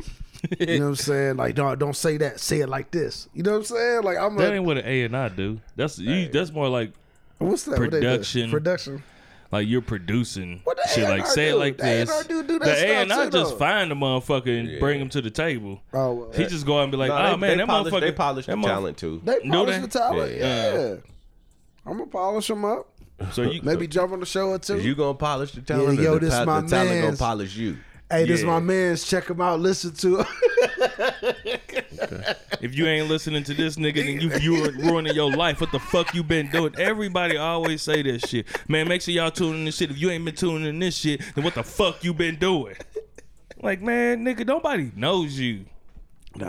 Speaker 3: what I'm saying? Like, don't don't say that. Say it like this. You know what I'm saying? Like, I'm
Speaker 1: that
Speaker 3: a.
Speaker 1: ain't what an A and I do. That's you, that's more like
Speaker 3: What's that? What they do?
Speaker 1: production.
Speaker 3: Production.
Speaker 1: like you're producing
Speaker 3: What the
Speaker 1: shit.
Speaker 3: A&R
Speaker 1: Like say it
Speaker 3: do?
Speaker 1: like
Speaker 3: The
Speaker 1: this.
Speaker 3: A&R do- do that stuff
Speaker 1: the A and I
Speaker 3: too, though.
Speaker 1: just find the motherfucker and bring him to the table.
Speaker 3: Oh, well,
Speaker 1: he just go out and be like,
Speaker 2: Nah,
Speaker 1: oh
Speaker 2: they,
Speaker 1: man,
Speaker 2: they
Speaker 1: that
Speaker 2: polish,
Speaker 1: motherfucker.
Speaker 2: They polish
Speaker 1: that
Speaker 2: the
Speaker 1: mother-
Speaker 2: talent too.
Speaker 3: They
Speaker 1: Do
Speaker 3: polish
Speaker 1: they?
Speaker 3: the talent.
Speaker 2: Yeah.
Speaker 3: Yeah. I'm gonna polish them up.
Speaker 1: So you
Speaker 3: Maybe jump on the show or two.
Speaker 2: you gonna polish the talent?
Speaker 3: Yeah, yo,
Speaker 2: or the,
Speaker 3: this
Speaker 2: pol-
Speaker 3: my
Speaker 2: the talent gonna
Speaker 3: mans.
Speaker 2: polish you.
Speaker 3: hey, this
Speaker 1: Yeah.
Speaker 3: my man's. Check him out. Listen to him.
Speaker 1: If you ain't listening to this nigga, then you you're ruining your life. What the fuck you been doing? Everybody always say this shit. Man, make sure y'all tune in this shit. If you ain't been tuning in this shit, then what the fuck you been doing? Like, man, nigga, nobody knows you.
Speaker 3: *laughs*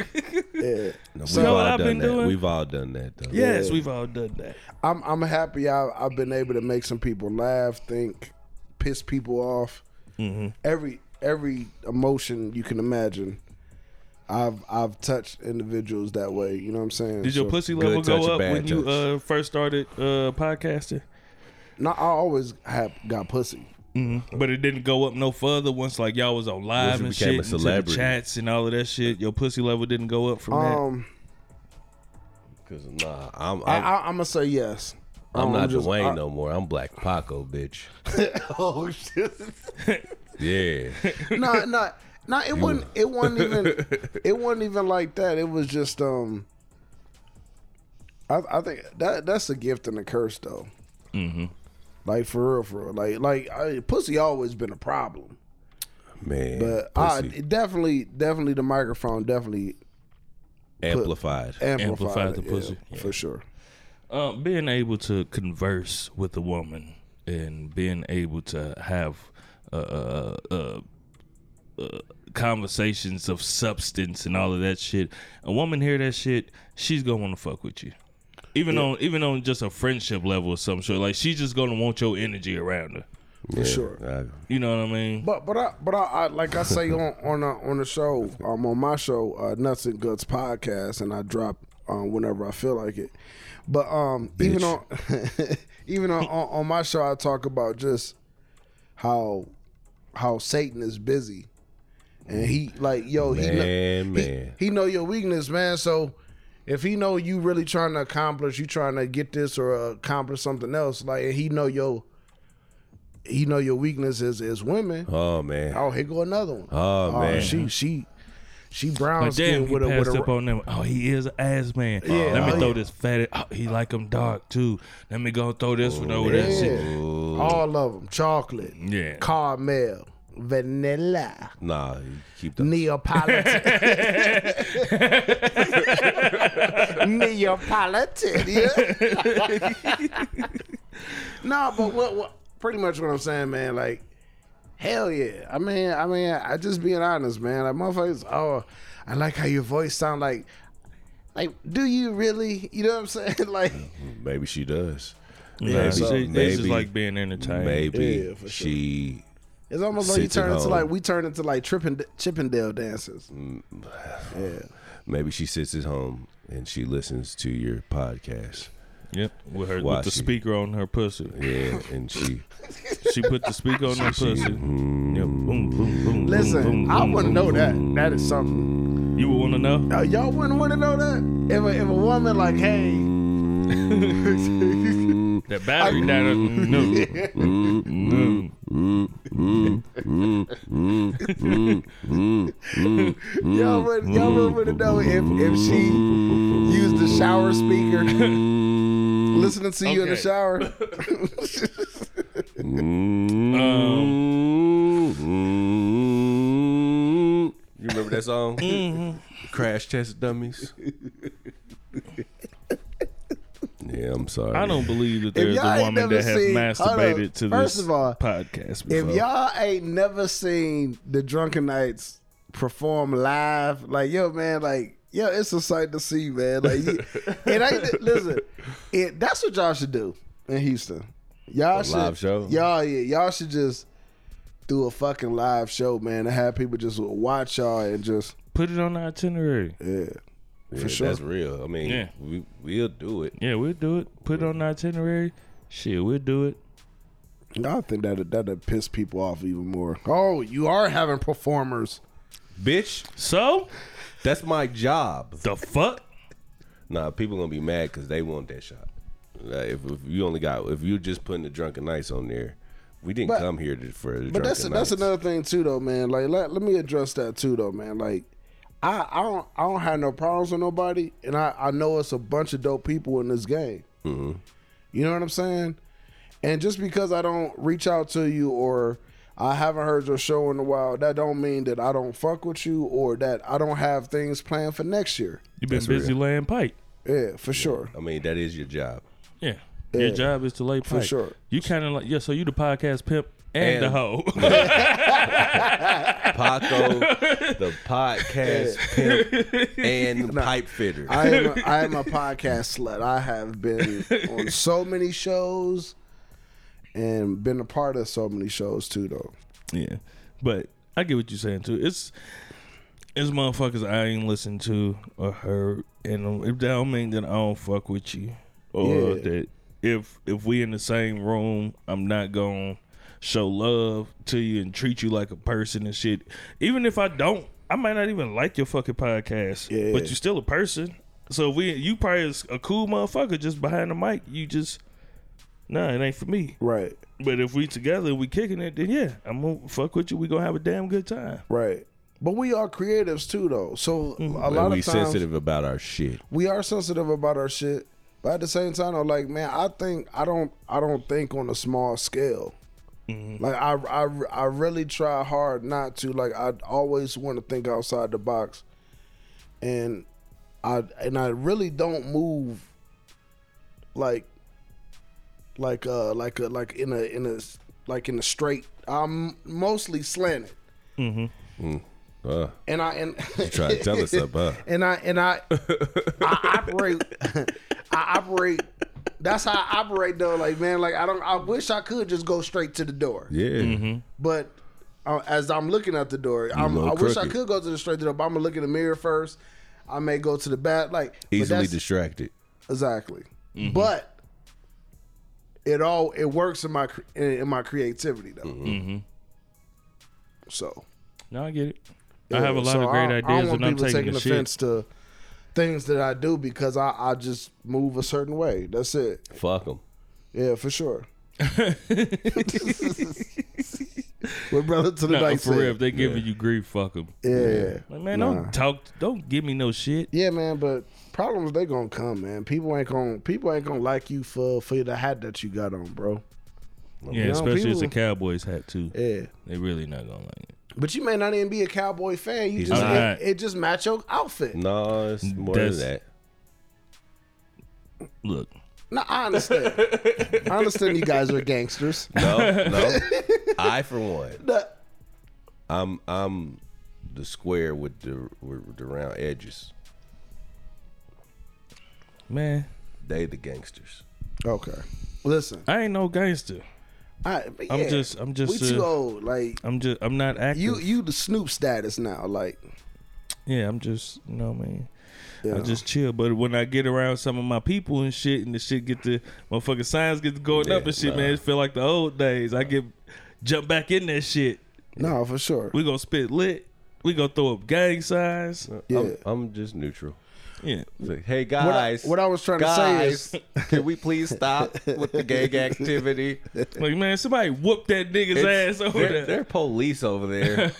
Speaker 2: No,
Speaker 1: You
Speaker 2: we've
Speaker 1: know
Speaker 2: all
Speaker 1: what I've
Speaker 2: done
Speaker 1: been
Speaker 2: that.
Speaker 1: doing?
Speaker 2: We've all done that though.
Speaker 1: Yes, we've all done that.
Speaker 3: I'm I'm happy. I, I've been able to make some people laugh, think, piss people off.
Speaker 2: Mm-hmm.
Speaker 3: Every every emotion you can imagine. I've I've touched individuals that way. You know what I'm saying?
Speaker 1: Did your
Speaker 3: So-
Speaker 1: pussy level
Speaker 2: touch
Speaker 1: go
Speaker 2: or
Speaker 1: up
Speaker 2: bad
Speaker 1: when you
Speaker 2: touch?
Speaker 1: uh, first started uh, podcasting?
Speaker 3: No, I always have got pussy.
Speaker 1: But it didn't go up no further once like y'all was on
Speaker 2: Once
Speaker 1: live
Speaker 2: you
Speaker 1: and
Speaker 2: became a
Speaker 1: shit, and to the
Speaker 2: celebrity.
Speaker 1: chats and all of that shit. Your pussy level didn't go up from
Speaker 3: Um,
Speaker 2: Cause nah, I'm
Speaker 3: I,
Speaker 2: I'm,
Speaker 3: I, I'm gonna say yes. Um,
Speaker 2: I'm not
Speaker 3: just-
Speaker 2: Dwayne
Speaker 3: I-
Speaker 2: no more. I'm Black Paco, bitch.
Speaker 3: *laughs* Oh shit. *laughs*
Speaker 2: Yeah.
Speaker 3: no, no, no. It wasn't. It wasn't even. It wasn't even like that. It was just. Um. I I think that that's a gift and a curse though. Mm-hmm. Like for real, for real. Like like I, pussy always been a problem,
Speaker 2: Man,
Speaker 3: but I
Speaker 2: pussy
Speaker 3: it definitely definitely the microphone definitely
Speaker 2: amplified.
Speaker 3: amplified,
Speaker 1: Amplified the
Speaker 3: it, yeah,
Speaker 1: pussy,
Speaker 3: for sure.
Speaker 1: that. Um, being able to converse with a woman and being able to have uh, uh, uh, uh, conversations of substance and all of that shit. A woman hear that shit, she's gonna want to fuck with you. Even on even on just a friendship level or some shit, like she's just gonna want your energy around her.
Speaker 2: for
Speaker 3: sure.
Speaker 1: You know what I mean?
Speaker 3: But but I but I, I like
Speaker 2: *laughs*
Speaker 3: I say on on the, on the show um on my show uh, Nuts and Guts podcast and I drop um, whenever I feel like it. But um even on *laughs* even on, on on my show I talk about just how how Satan is busy, and he like yo he kno-
Speaker 2: Man,
Speaker 3: he-
Speaker 2: man.
Speaker 3: he know your weakness, man. So if he know you really trying to accomplish, you trying to get this or uh, accomplish something else, like and he know your he know your weakness is is women.
Speaker 2: Oh man.
Speaker 3: Oh, here go another one.
Speaker 2: Oh, man.
Speaker 3: she she she brown
Speaker 1: Like, damn,
Speaker 3: skin
Speaker 1: he
Speaker 3: with a with
Speaker 1: passed
Speaker 3: a
Speaker 1: up on them. Oh, he is an ass man.
Speaker 3: Yeah,
Speaker 1: Let me
Speaker 3: oh,
Speaker 1: throw
Speaker 3: yeah.
Speaker 1: this fat. Oh, he like them dark too. Let me go throw this one over there. Shit.
Speaker 3: Oh, yeah. all of them chocolate,
Speaker 1: Yeah.
Speaker 3: caramel, vanilla,
Speaker 2: Nah, you keep the
Speaker 3: Neapolitan. *laughs* Neapolitan, yeah. *laughs* no, but what, what? Pretty much what I'm saying, man. Like, hell yeah. I mean, I mean, I just being honest, man. Like, motherfuckers. Oh, I like how your voice sound like. Like, do you really? You know what I'm saying? *laughs* Like,
Speaker 2: Maybe she does.
Speaker 1: Yeah,
Speaker 2: so
Speaker 1: she- this is
Speaker 2: maybe-
Speaker 1: like being entertained.
Speaker 2: Maybe
Speaker 3: Yeah, for sure.
Speaker 2: she
Speaker 3: it's almost like you
Speaker 2: Sits at
Speaker 3: turn into
Speaker 2: home.
Speaker 3: like we turn into like tripping Chippendale dancers.
Speaker 1: Mm.
Speaker 3: Yeah.
Speaker 2: maybe she sits at home and she listens to your podcast.
Speaker 1: Yep, with her
Speaker 2: Why
Speaker 1: with the
Speaker 2: she-
Speaker 1: speaker on her pussy.
Speaker 2: Yeah, and she
Speaker 1: She put the speaker on her pussy. Yep. Boom, boom, boom.
Speaker 3: Listen,
Speaker 1: boom, boom,
Speaker 3: I
Speaker 1: boom,
Speaker 3: wouldn't
Speaker 1: boom.
Speaker 3: know that. That is something.
Speaker 1: You would want to know.
Speaker 3: Uh, y'all wouldn't want to know that if a, if a woman like, hey,
Speaker 1: That battery died. up- No. Mm.
Speaker 3: y'all wouldn't y'all wouldn't want to know if if she used the shower speaker, *laughs* listening to you in the
Speaker 1: Okay.
Speaker 3: shower.
Speaker 1: Um,
Speaker 2: Mm-hmm. You remember that song? Crash Test Dummies. yeah, I'm sorry.
Speaker 1: I don't believe that
Speaker 3: If
Speaker 1: there's
Speaker 3: y'all
Speaker 1: a
Speaker 3: ain't
Speaker 1: woman
Speaker 3: never
Speaker 1: that has
Speaker 3: seen- hold up.
Speaker 1: masturbated to
Speaker 3: First
Speaker 1: this
Speaker 3: of all,
Speaker 1: podcast
Speaker 3: If
Speaker 1: before.
Speaker 3: y'all ain't never seen the Drunken Knights perform live, like yo man, like yo, it's a sight to see, man. Like you,
Speaker 2: *laughs*
Speaker 3: it ain't listen, it that's what y'all should do in Houston. Y'all should
Speaker 2: live show?
Speaker 3: Y'all yeah, y'all should just do a fucking live show, man, and have people just watch y'all and just
Speaker 1: Put it on the itinerary.
Speaker 3: yeah.
Speaker 2: Yeah,
Speaker 3: for sure.
Speaker 2: That's real. I mean,
Speaker 1: Yeah.
Speaker 2: we we'll do it.
Speaker 1: Yeah, we'll do it. Put it on the itinerary. Shit, we'll do it.
Speaker 3: I think that that'll piss people off even more. Oh, you are having performers.
Speaker 2: Bitch,
Speaker 1: So
Speaker 2: that's my job.
Speaker 1: the fuck?
Speaker 2: Nah, people gonna be mad because they want that shot. Like, if, if you only got, if you're just putting the drunken nights on there, we didn't
Speaker 3: But-
Speaker 2: come here to, for the drunken
Speaker 3: But that's
Speaker 2: nights.
Speaker 3: that's another thing too, though, man. Like, let, let me address that too, though, man. Like, I I don't I don't have no problems with nobody, and I I know it's a bunch of dope people in this game.
Speaker 2: Mm-hmm.
Speaker 3: You know what I'm saying? And just because I don't reach out to you or I haven't heard your show in a while, that don't mean that I don't fuck with you or that I don't have things planned for next year.
Speaker 1: You've been
Speaker 2: That's
Speaker 1: busy
Speaker 2: real.
Speaker 1: laying pipe.
Speaker 3: Yeah, for sure.
Speaker 2: I mean, that is your job.
Speaker 1: Yeah. Your job is to lay pipe.
Speaker 3: sure.
Speaker 1: You kind of like yeah. So you the podcast pimp and, the
Speaker 2: And-
Speaker 1: hoe.
Speaker 2: *laughs*
Speaker 1: *laughs*
Speaker 2: Paco, the podcast pimp, and the pipe fitter.
Speaker 3: I am a,
Speaker 2: *laughs*
Speaker 3: I am a podcast slut. I have been on so many shows and been a part of so many shows too though.
Speaker 1: yeah. But I get what you're saying too. It's it's motherfuckers I ain't listened to or heard, and if that don't mean that I don't fuck with you, or
Speaker 3: Yeah.
Speaker 1: that if if we in the same room, I'm not going show love to you and treat you like a person and shit. Even if I don't, I might not even like your fucking podcast,
Speaker 3: Yeah.
Speaker 1: but you're still a person. So we, you probably is a cool motherfucker just behind the mic. You just nah, it ain't for me.
Speaker 3: Right.
Speaker 1: But if we together and we kicking it, then yeah, I'm gonna fuck with you. We gonna have a damn good time.
Speaker 3: Right. But we are creatives too though. So a lot
Speaker 2: Mm-hmm. and we
Speaker 3: of times
Speaker 2: sensitive about our shit.
Speaker 3: we are sensitive about our shit. But at the same time, though, like man, I think I don't I don't think on a small scale. Like I, I I really try hard not to. Like I always want to think outside the box, and I and I really don't move like like uh like a like in a in a like in a straight. I'm mostly slanted,
Speaker 2: Uh,
Speaker 3: and I and
Speaker 2: try to tell us up, huh?
Speaker 3: *laughs* and I and I I operate I operate that's how I operate though like man like I don't I wish I could just go straight to the door
Speaker 2: Yeah.
Speaker 1: Mm-hmm.
Speaker 3: but uh, as I'm looking at the door I'm,
Speaker 2: little
Speaker 3: I wish I
Speaker 2: crooked.
Speaker 3: could go to the straight door but I'm gonna look in the mirror first I may go to the back like but
Speaker 2: Easily
Speaker 3: that's-
Speaker 2: distracted.
Speaker 3: exactly but it all it works in my cre- in, in my creativity though So
Speaker 1: No, I get it. I have a lot
Speaker 3: so
Speaker 1: of great
Speaker 3: I- I
Speaker 1: ideas,
Speaker 3: don't want
Speaker 1: and I'm
Speaker 3: people
Speaker 1: taking,
Speaker 3: taking
Speaker 1: the
Speaker 3: offense
Speaker 1: shit.
Speaker 3: to things that I do because I, I just move a certain way. That's it.
Speaker 2: Fuck them.
Speaker 3: Yeah, for sure. *laughs* What brother to the
Speaker 1: No,
Speaker 3: night
Speaker 1: for real, if
Speaker 3: said.
Speaker 1: they giving you grief, fuck them.
Speaker 3: Yeah.
Speaker 1: Like, man,
Speaker 3: Nah.
Speaker 1: don't talk. Don't give me no shit.
Speaker 3: Yeah, man, but problems they gonna come, man. People ain't gonna people ain't gonna like you for for the hat that you got on, bro.
Speaker 1: Yeah,
Speaker 3: know,
Speaker 1: especially it's a
Speaker 3: people-
Speaker 1: Cowboys hat too.
Speaker 3: Yeah.
Speaker 1: They really not gonna like it.
Speaker 3: But you may not even be a cowboy fan. You
Speaker 2: He's
Speaker 3: just
Speaker 1: not.
Speaker 3: it, it just match your outfit.
Speaker 2: No, it's more
Speaker 1: That's-
Speaker 2: than that.
Speaker 1: Look,
Speaker 3: No, I understand. I understand you guys are gangsters. *laughs*
Speaker 2: No, no. I for one,
Speaker 3: No,
Speaker 2: I'm I'm the square with the with the round edges.
Speaker 1: man,
Speaker 2: They the gangsters.
Speaker 3: Okay. Listen,
Speaker 1: I ain't no gangster.
Speaker 3: I, but
Speaker 1: I'm
Speaker 3: yeah,
Speaker 1: just- I'm just,
Speaker 3: We too
Speaker 1: uh,
Speaker 3: old. Like
Speaker 1: I'm just. I'm not active.
Speaker 3: you, e- you the Snoop status now. Like,
Speaker 1: yeah, I'm just. You know, what I mean.
Speaker 3: you
Speaker 1: I
Speaker 3: know.
Speaker 1: just chill. But when I get around some of my people and shit, and the shit get the motherfucking signs get to going up
Speaker 2: Yeah,
Speaker 1: and shit,
Speaker 2: nah.
Speaker 1: man, it feel like the old days. I get jump back in that shit.
Speaker 3: no for sure.
Speaker 1: We gonna spit lit. We gonna throw up gang signs.
Speaker 3: Yeah.
Speaker 2: I'm, I'm just neutral.
Speaker 1: Yeah,
Speaker 2: It's like, hey
Speaker 3: What I-
Speaker 2: guys,
Speaker 3: what I was trying to
Speaker 2: guys,
Speaker 3: say is,
Speaker 2: can we please stop with the
Speaker 3: *laughs*
Speaker 2: gang activity?
Speaker 1: like man, somebody whoop that nigga's
Speaker 2: It's-
Speaker 1: ass over
Speaker 2: they're,
Speaker 1: there.
Speaker 2: they're police
Speaker 1: *laughs*
Speaker 2: over there.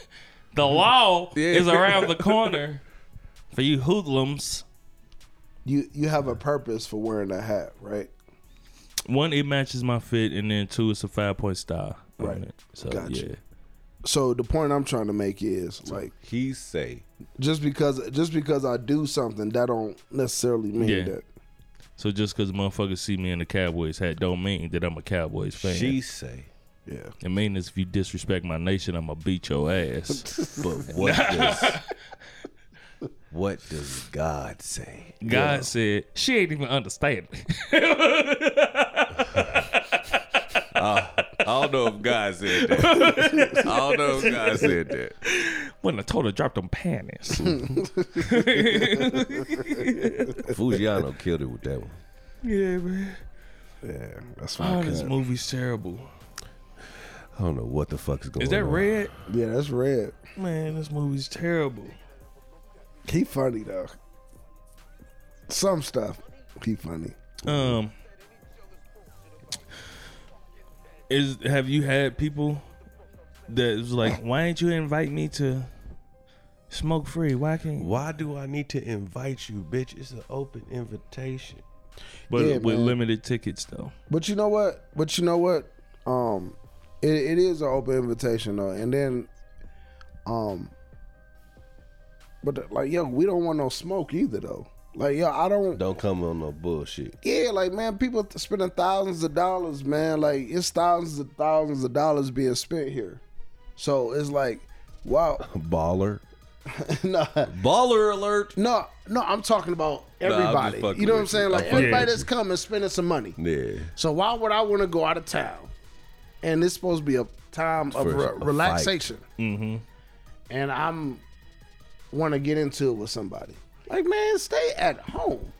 Speaker 1: The law
Speaker 2: Yeah.
Speaker 1: is around the corner *laughs* for you hoodlums.
Speaker 3: you you have a purpose for wearing a hat, right?
Speaker 1: One, it matches my fit, and then two, it's a five point style. on
Speaker 3: Right.
Speaker 1: it. So
Speaker 3: Gotcha.
Speaker 1: yeah,
Speaker 3: So the point I'm trying to make is like
Speaker 2: he say,
Speaker 3: just because just because I do something that don't necessarily mean
Speaker 1: Yeah.
Speaker 3: that.
Speaker 1: so just because motherfuckers see me in a Cowboys hat, don't mean that I'm a Cowboys fan.
Speaker 2: she say.
Speaker 3: Yeah.
Speaker 1: It mean is if you disrespect my nation, I'ma beat your
Speaker 3: *laughs*
Speaker 1: ass.
Speaker 2: But what does *laughs* what does God say?
Speaker 1: God said she ain't even understand.
Speaker 2: I don't know if God said that. I don't know if God said that.
Speaker 1: *laughs* when I told her drop them
Speaker 3: *laughs*
Speaker 1: panties,
Speaker 2: Fujiano killed it with that one.
Speaker 1: yeah, man.
Speaker 3: Yeah. That's
Speaker 1: Oh,
Speaker 3: fine.
Speaker 1: this movie's terrible.
Speaker 3: Oh,
Speaker 2: I don't know what the fuck is going on.
Speaker 1: Is that red?
Speaker 3: Yeah, that's red.
Speaker 1: Man, this movie's terrible.
Speaker 3: He funny though. Some stuff. He funny.
Speaker 1: Um, is have you had people that was
Speaker 3: *laughs*
Speaker 1: like, why ain't you invite me to smoke free? Why can't?
Speaker 2: Why do I need to invite you, bitch? It's an open invitation.
Speaker 1: But
Speaker 3: Yeah,
Speaker 1: with
Speaker 3: man.
Speaker 1: limited tickets though.
Speaker 3: But you know what? But you know what? Um, it, it is an open invitation though, and then, um, but the- like yo, we don't want no smoke either though. Like yo, I don't.
Speaker 2: Don't come on no bullshit.
Speaker 3: Yeah, like man, people th- spending thousands of dollars, man. Like it's thousands of thousands of dollars being spent here, so it's like,
Speaker 2: *laughs*
Speaker 3: wow, *laughs*
Speaker 2: Baller.
Speaker 3: no,
Speaker 2: Baller alert.
Speaker 3: no, no. I'm talking about
Speaker 2: I'm just
Speaker 3: everybody.
Speaker 2: fucking
Speaker 3: you know what I'm
Speaker 2: with
Speaker 3: saying?
Speaker 2: you.
Speaker 3: Like
Speaker 2: I'm fucking
Speaker 3: everybody
Speaker 2: with
Speaker 3: that's coming spending some money.
Speaker 2: Yeah.
Speaker 3: So why would I want to go out of town? And it's supposed to be a time
Speaker 2: For
Speaker 3: of re-
Speaker 2: a fight. Mm-hmm.
Speaker 3: relaxation. And I'm want to get into it with somebody. Like man, stay at home.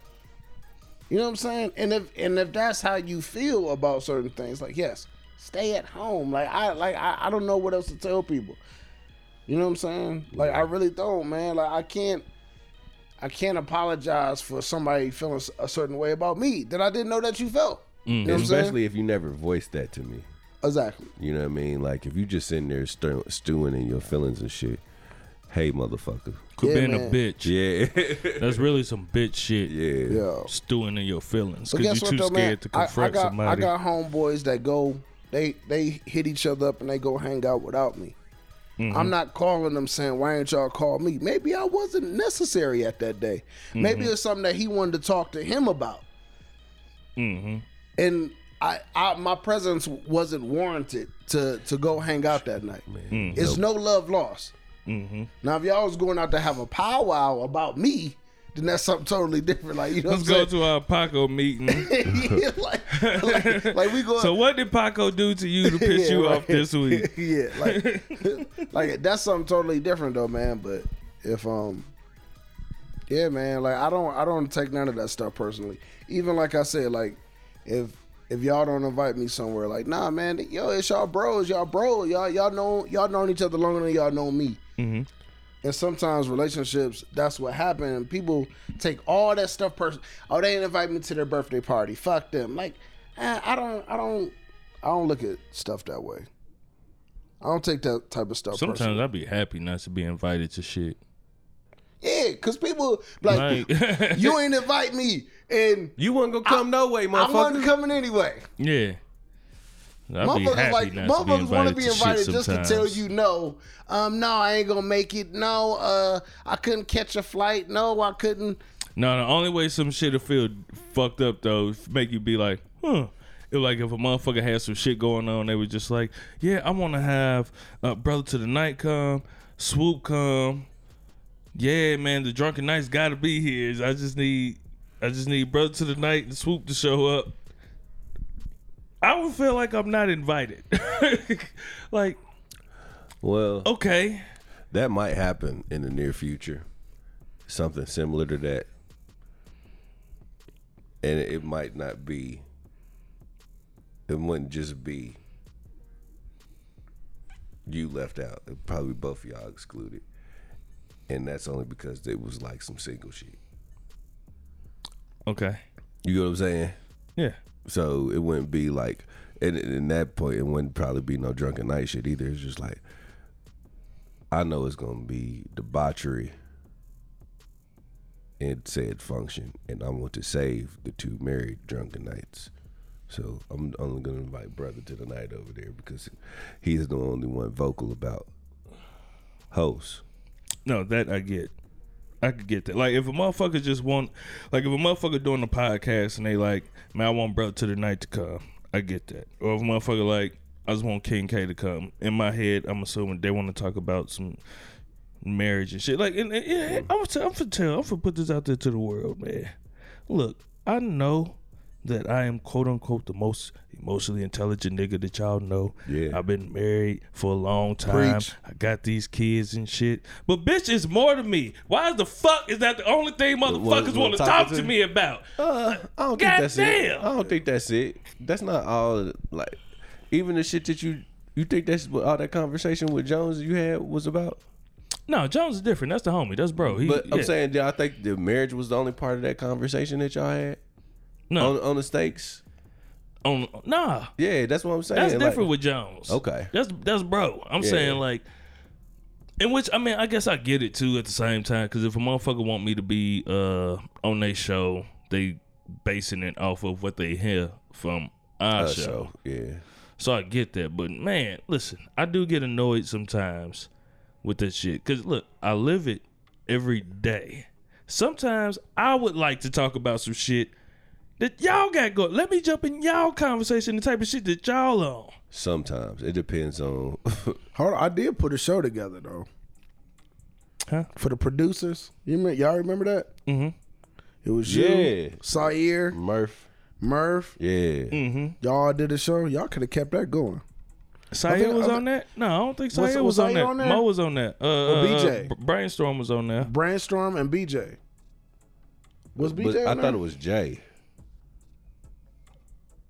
Speaker 3: You know what I'm saying? And if and if that's how you feel about certain things, like yes, stay at home. Like I like I, I don't know what else to tell people. You know what I'm saying? Like I really don't, man. Like I can't I can't apologize for somebody feeling a certain way about me that I didn't know that you felt. You know what I'm saying?
Speaker 2: Especially if you never voiced that to me.
Speaker 3: Exactly.
Speaker 2: You know what I mean? Like if you just sitting there stu- stewing in your feelings and shit. Hey, motherfucker.
Speaker 1: Could
Speaker 3: Yeah,
Speaker 1: being
Speaker 3: man.
Speaker 1: a bitch.
Speaker 2: Yeah. *laughs*
Speaker 1: That's really some bitch shit.
Speaker 2: yeah.
Speaker 3: Yeah.
Speaker 1: Stewing in your feelings
Speaker 3: But
Speaker 1: because you're
Speaker 3: guess what
Speaker 1: too
Speaker 3: though,
Speaker 1: scared
Speaker 3: man?
Speaker 1: to
Speaker 3: I, I
Speaker 1: confront
Speaker 3: got I
Speaker 1: somebody.
Speaker 3: got homeboys that go they they hit each other up and they go hang out without me.
Speaker 1: Mm-hmm.
Speaker 3: I'm not calling them saying why ain't y'all call me? Maybe I wasn't necessary at that day.
Speaker 1: Mm-hmm.
Speaker 3: Maybe it's something that he wanted to talk to him about.
Speaker 1: Mm-hmm.
Speaker 3: And I, I my presence wasn't warranted to to go hang out that night.
Speaker 1: Mm,
Speaker 3: It's no love lost.
Speaker 1: Mm-hmm.
Speaker 3: Now if y'all was going out to have a powwow about me, then that's something totally different. Like you know,
Speaker 1: Let's
Speaker 3: what I'm
Speaker 1: go
Speaker 3: saying?
Speaker 1: to our Paco
Speaker 3: *laughs*
Speaker 1: meeting.
Speaker 3: yeah, like, like, like we go.
Speaker 1: so what did Paco do to you to piss
Speaker 3: Yeah,
Speaker 1: you
Speaker 3: *laughs* right.
Speaker 1: off this week?
Speaker 3: yeah, like, *laughs* like that's something totally different though, man. But if um, yeah, man, like I don't, I don't take none of that stuff personally. Even like I said, like if if y'all don't invite me somewhere, like, nah, man, yo, it's y'all bros, y'all bro, y'all y'all know y'all known each other longer than y'all know me. And sometimes relationships, that's what happened. People take all that stuff person. Oh, they didn't invite me to their birthday party. Fuck them. Like, eh, I don't, I don't, I don't look at stuff that way. I don't take that type of stuff.
Speaker 1: Sometimes
Speaker 3: personally.
Speaker 1: I'd be happy not to be invited to shit.
Speaker 3: yeah, because people like,
Speaker 1: Like,
Speaker 3: *laughs* you ain't invite me, and
Speaker 2: You wasn't gonna come no way,
Speaker 3: I wasn't
Speaker 2: motherfucker.
Speaker 3: coming anyway.
Speaker 1: *laughs* yeah. I'd be
Speaker 3: Motherfuckers
Speaker 1: happy
Speaker 3: like
Speaker 1: not to be
Speaker 3: motherfuckers want to
Speaker 1: invited
Speaker 3: be
Speaker 1: to
Speaker 3: invited
Speaker 1: shit
Speaker 3: just to
Speaker 1: sometimes.
Speaker 3: tell you no. Um, no, I ain't gonna make it. No, uh, I couldn't catch a flight. No, I couldn't.
Speaker 1: No, the only way some shit'll feel fucked up though is make you be like, huh. It like if a motherfucker had some shit going on, they were just like, yeah, I want to have uh, brother to the night come, swoop come. Yeah, man, the drunken night's got to be here. I just need, I just need brother to the night and swoop to show up. I would feel like I'm not invited. *laughs* like,
Speaker 2: Well,
Speaker 3: Oh.
Speaker 1: okay,
Speaker 2: that might happen in the near future. Something similar to that, and it might not be. It wouldn't just be you left out. It'd probably be both of y'all excluded, and that's only because it was like some single shit.
Speaker 1: okay,
Speaker 2: You know what I'm saying?
Speaker 1: yeah,
Speaker 2: So it wouldn't be like, and in that point, it wouldn't probably be no drunken night shit either. It's just like, I know it's gonna be debauchery in said function, and I want to save the two married drunken nights. So I'm only gonna invite brother to the night over there because he's the only one vocal about hoes.
Speaker 1: No, that I get. I could get that. Like if a motherfucker just want, like if a motherfucker doing a podcast and they like, man, I want brother to the night to come. I get that. Or if a motherfucker like, I just want King K to come. In my head, I'm assuming they want to talk about some marriage and shit. Like, and, and- yeah,
Speaker 2: Mm.
Speaker 1: I'm gonna I'm for tell, I'm for put this out there to the world, man. Look, I know that I am quote unquote the most emotionally intelligent nigga that y'all know.
Speaker 2: Yeah.
Speaker 1: I've been married for a long time.
Speaker 3: Preach.
Speaker 1: I got these kids and shit. But bitch is more to me. Why the fuck is that the only thing
Speaker 2: what-
Speaker 1: motherfuckers
Speaker 2: what
Speaker 1: want to
Speaker 2: topic
Speaker 1: talk
Speaker 2: is
Speaker 1: to
Speaker 2: it?
Speaker 1: me about?
Speaker 2: Uh, I don't think
Speaker 1: God
Speaker 2: that's it.
Speaker 1: damn.
Speaker 2: I don't think that's it. That's not all. Like, even the shit that you you think that's what all that conversation with Jones you had was about.
Speaker 1: No, Jones is different. That's the homie. That's bro. He,
Speaker 2: But I'm
Speaker 1: yeah.
Speaker 2: saying, do I think the marriage was the only part of that conversation that y'all had on
Speaker 1: no,
Speaker 2: on the stakes?
Speaker 1: on, nah.
Speaker 2: Yeah, that's what I'm saying.
Speaker 1: That's
Speaker 2: Like,
Speaker 1: different with Jones.
Speaker 2: Okay.
Speaker 1: That's that's bro. I'm
Speaker 2: Yeah.
Speaker 1: saying like in which I mean I guess I get it too at the same time cuz if a motherfucker want me to be uh on their show, they basing it off of what they hear from our
Speaker 2: uh,
Speaker 1: show.
Speaker 2: show. Yeah,
Speaker 1: So I get that, but man, listen, I do get annoyed sometimes with that shit cuz look, I live it every day. Sometimes I would like to talk about some shit that y'all got going. Let me jump in y'all conversation, the type of shit that y'all on.
Speaker 2: sometimes it depends on. *laughs*
Speaker 3: Hold on, I did put a show together though.
Speaker 1: Huh?
Speaker 3: For the producers, you remember, y'all remember that? Mm-hmm. It was you,
Speaker 2: Yeah.
Speaker 3: Sayer,
Speaker 2: Murph.
Speaker 3: Murph.
Speaker 2: Yeah,
Speaker 1: Mm-hmm.
Speaker 3: Y'all did a show. Y'all could have kept that going.
Speaker 1: Sayer
Speaker 3: think-
Speaker 1: was
Speaker 3: I thi-
Speaker 1: on that? No, I don't think
Speaker 3: Was-
Speaker 1: Sayer was,
Speaker 3: was
Speaker 1: on,
Speaker 3: Zaire
Speaker 1: that.
Speaker 3: on there?
Speaker 1: Mo was on that. Uh,
Speaker 3: BJ?
Speaker 1: BJ. Brainstorm was on there.
Speaker 3: Brainstorm and BJ. Was
Speaker 2: But
Speaker 3: BJ?
Speaker 2: I
Speaker 3: on there?
Speaker 2: thought it was Jay.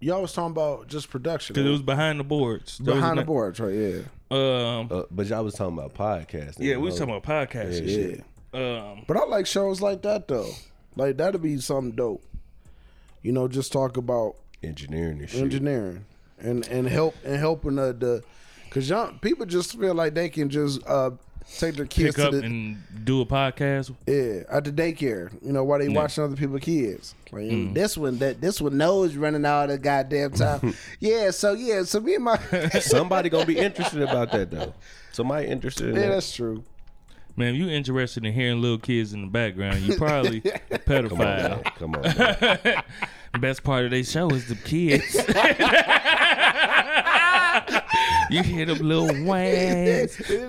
Speaker 3: Y'all was talking about just production.
Speaker 1: Because it was behind the boards. That was
Speaker 3: behind the
Speaker 1: not-
Speaker 3: boards, right? Yeah,
Speaker 1: Um,
Speaker 2: Uh, but y'all was talking about podcasting.
Speaker 1: yeah, we was talking about podcasts and
Speaker 2: Yeah.
Speaker 1: shit.
Speaker 3: Oh. yeah.
Speaker 1: Um,
Speaker 3: But I like shows like that though. Like that'd be something dope. You know, just talk about
Speaker 2: engineering and shit.
Speaker 3: engineering and and help and helping the, the cause young people just feel like they can just uh take their kids
Speaker 1: pick
Speaker 3: to
Speaker 1: up
Speaker 3: the
Speaker 1: and do a podcast.
Speaker 3: yeah at the daycare. You know while they watching other people's kids. Like, and
Speaker 2: Mm.
Speaker 3: This one that this one knows running all the goddamn
Speaker 2: *laughs*
Speaker 3: time. yeah, so yeah, so me and my yeah
Speaker 2: Somebody gonna be interested about that though. Somebody interested. In that.
Speaker 3: that's true.
Speaker 1: Man, if you interested in hearing little kids in the background, you
Speaker 3: *laughs*
Speaker 1: probably a pedophile.
Speaker 2: Come on, man.
Speaker 1: Best part of their show is the
Speaker 3: *laughs*
Speaker 1: kids. you hear them little whans, whans. *laughs*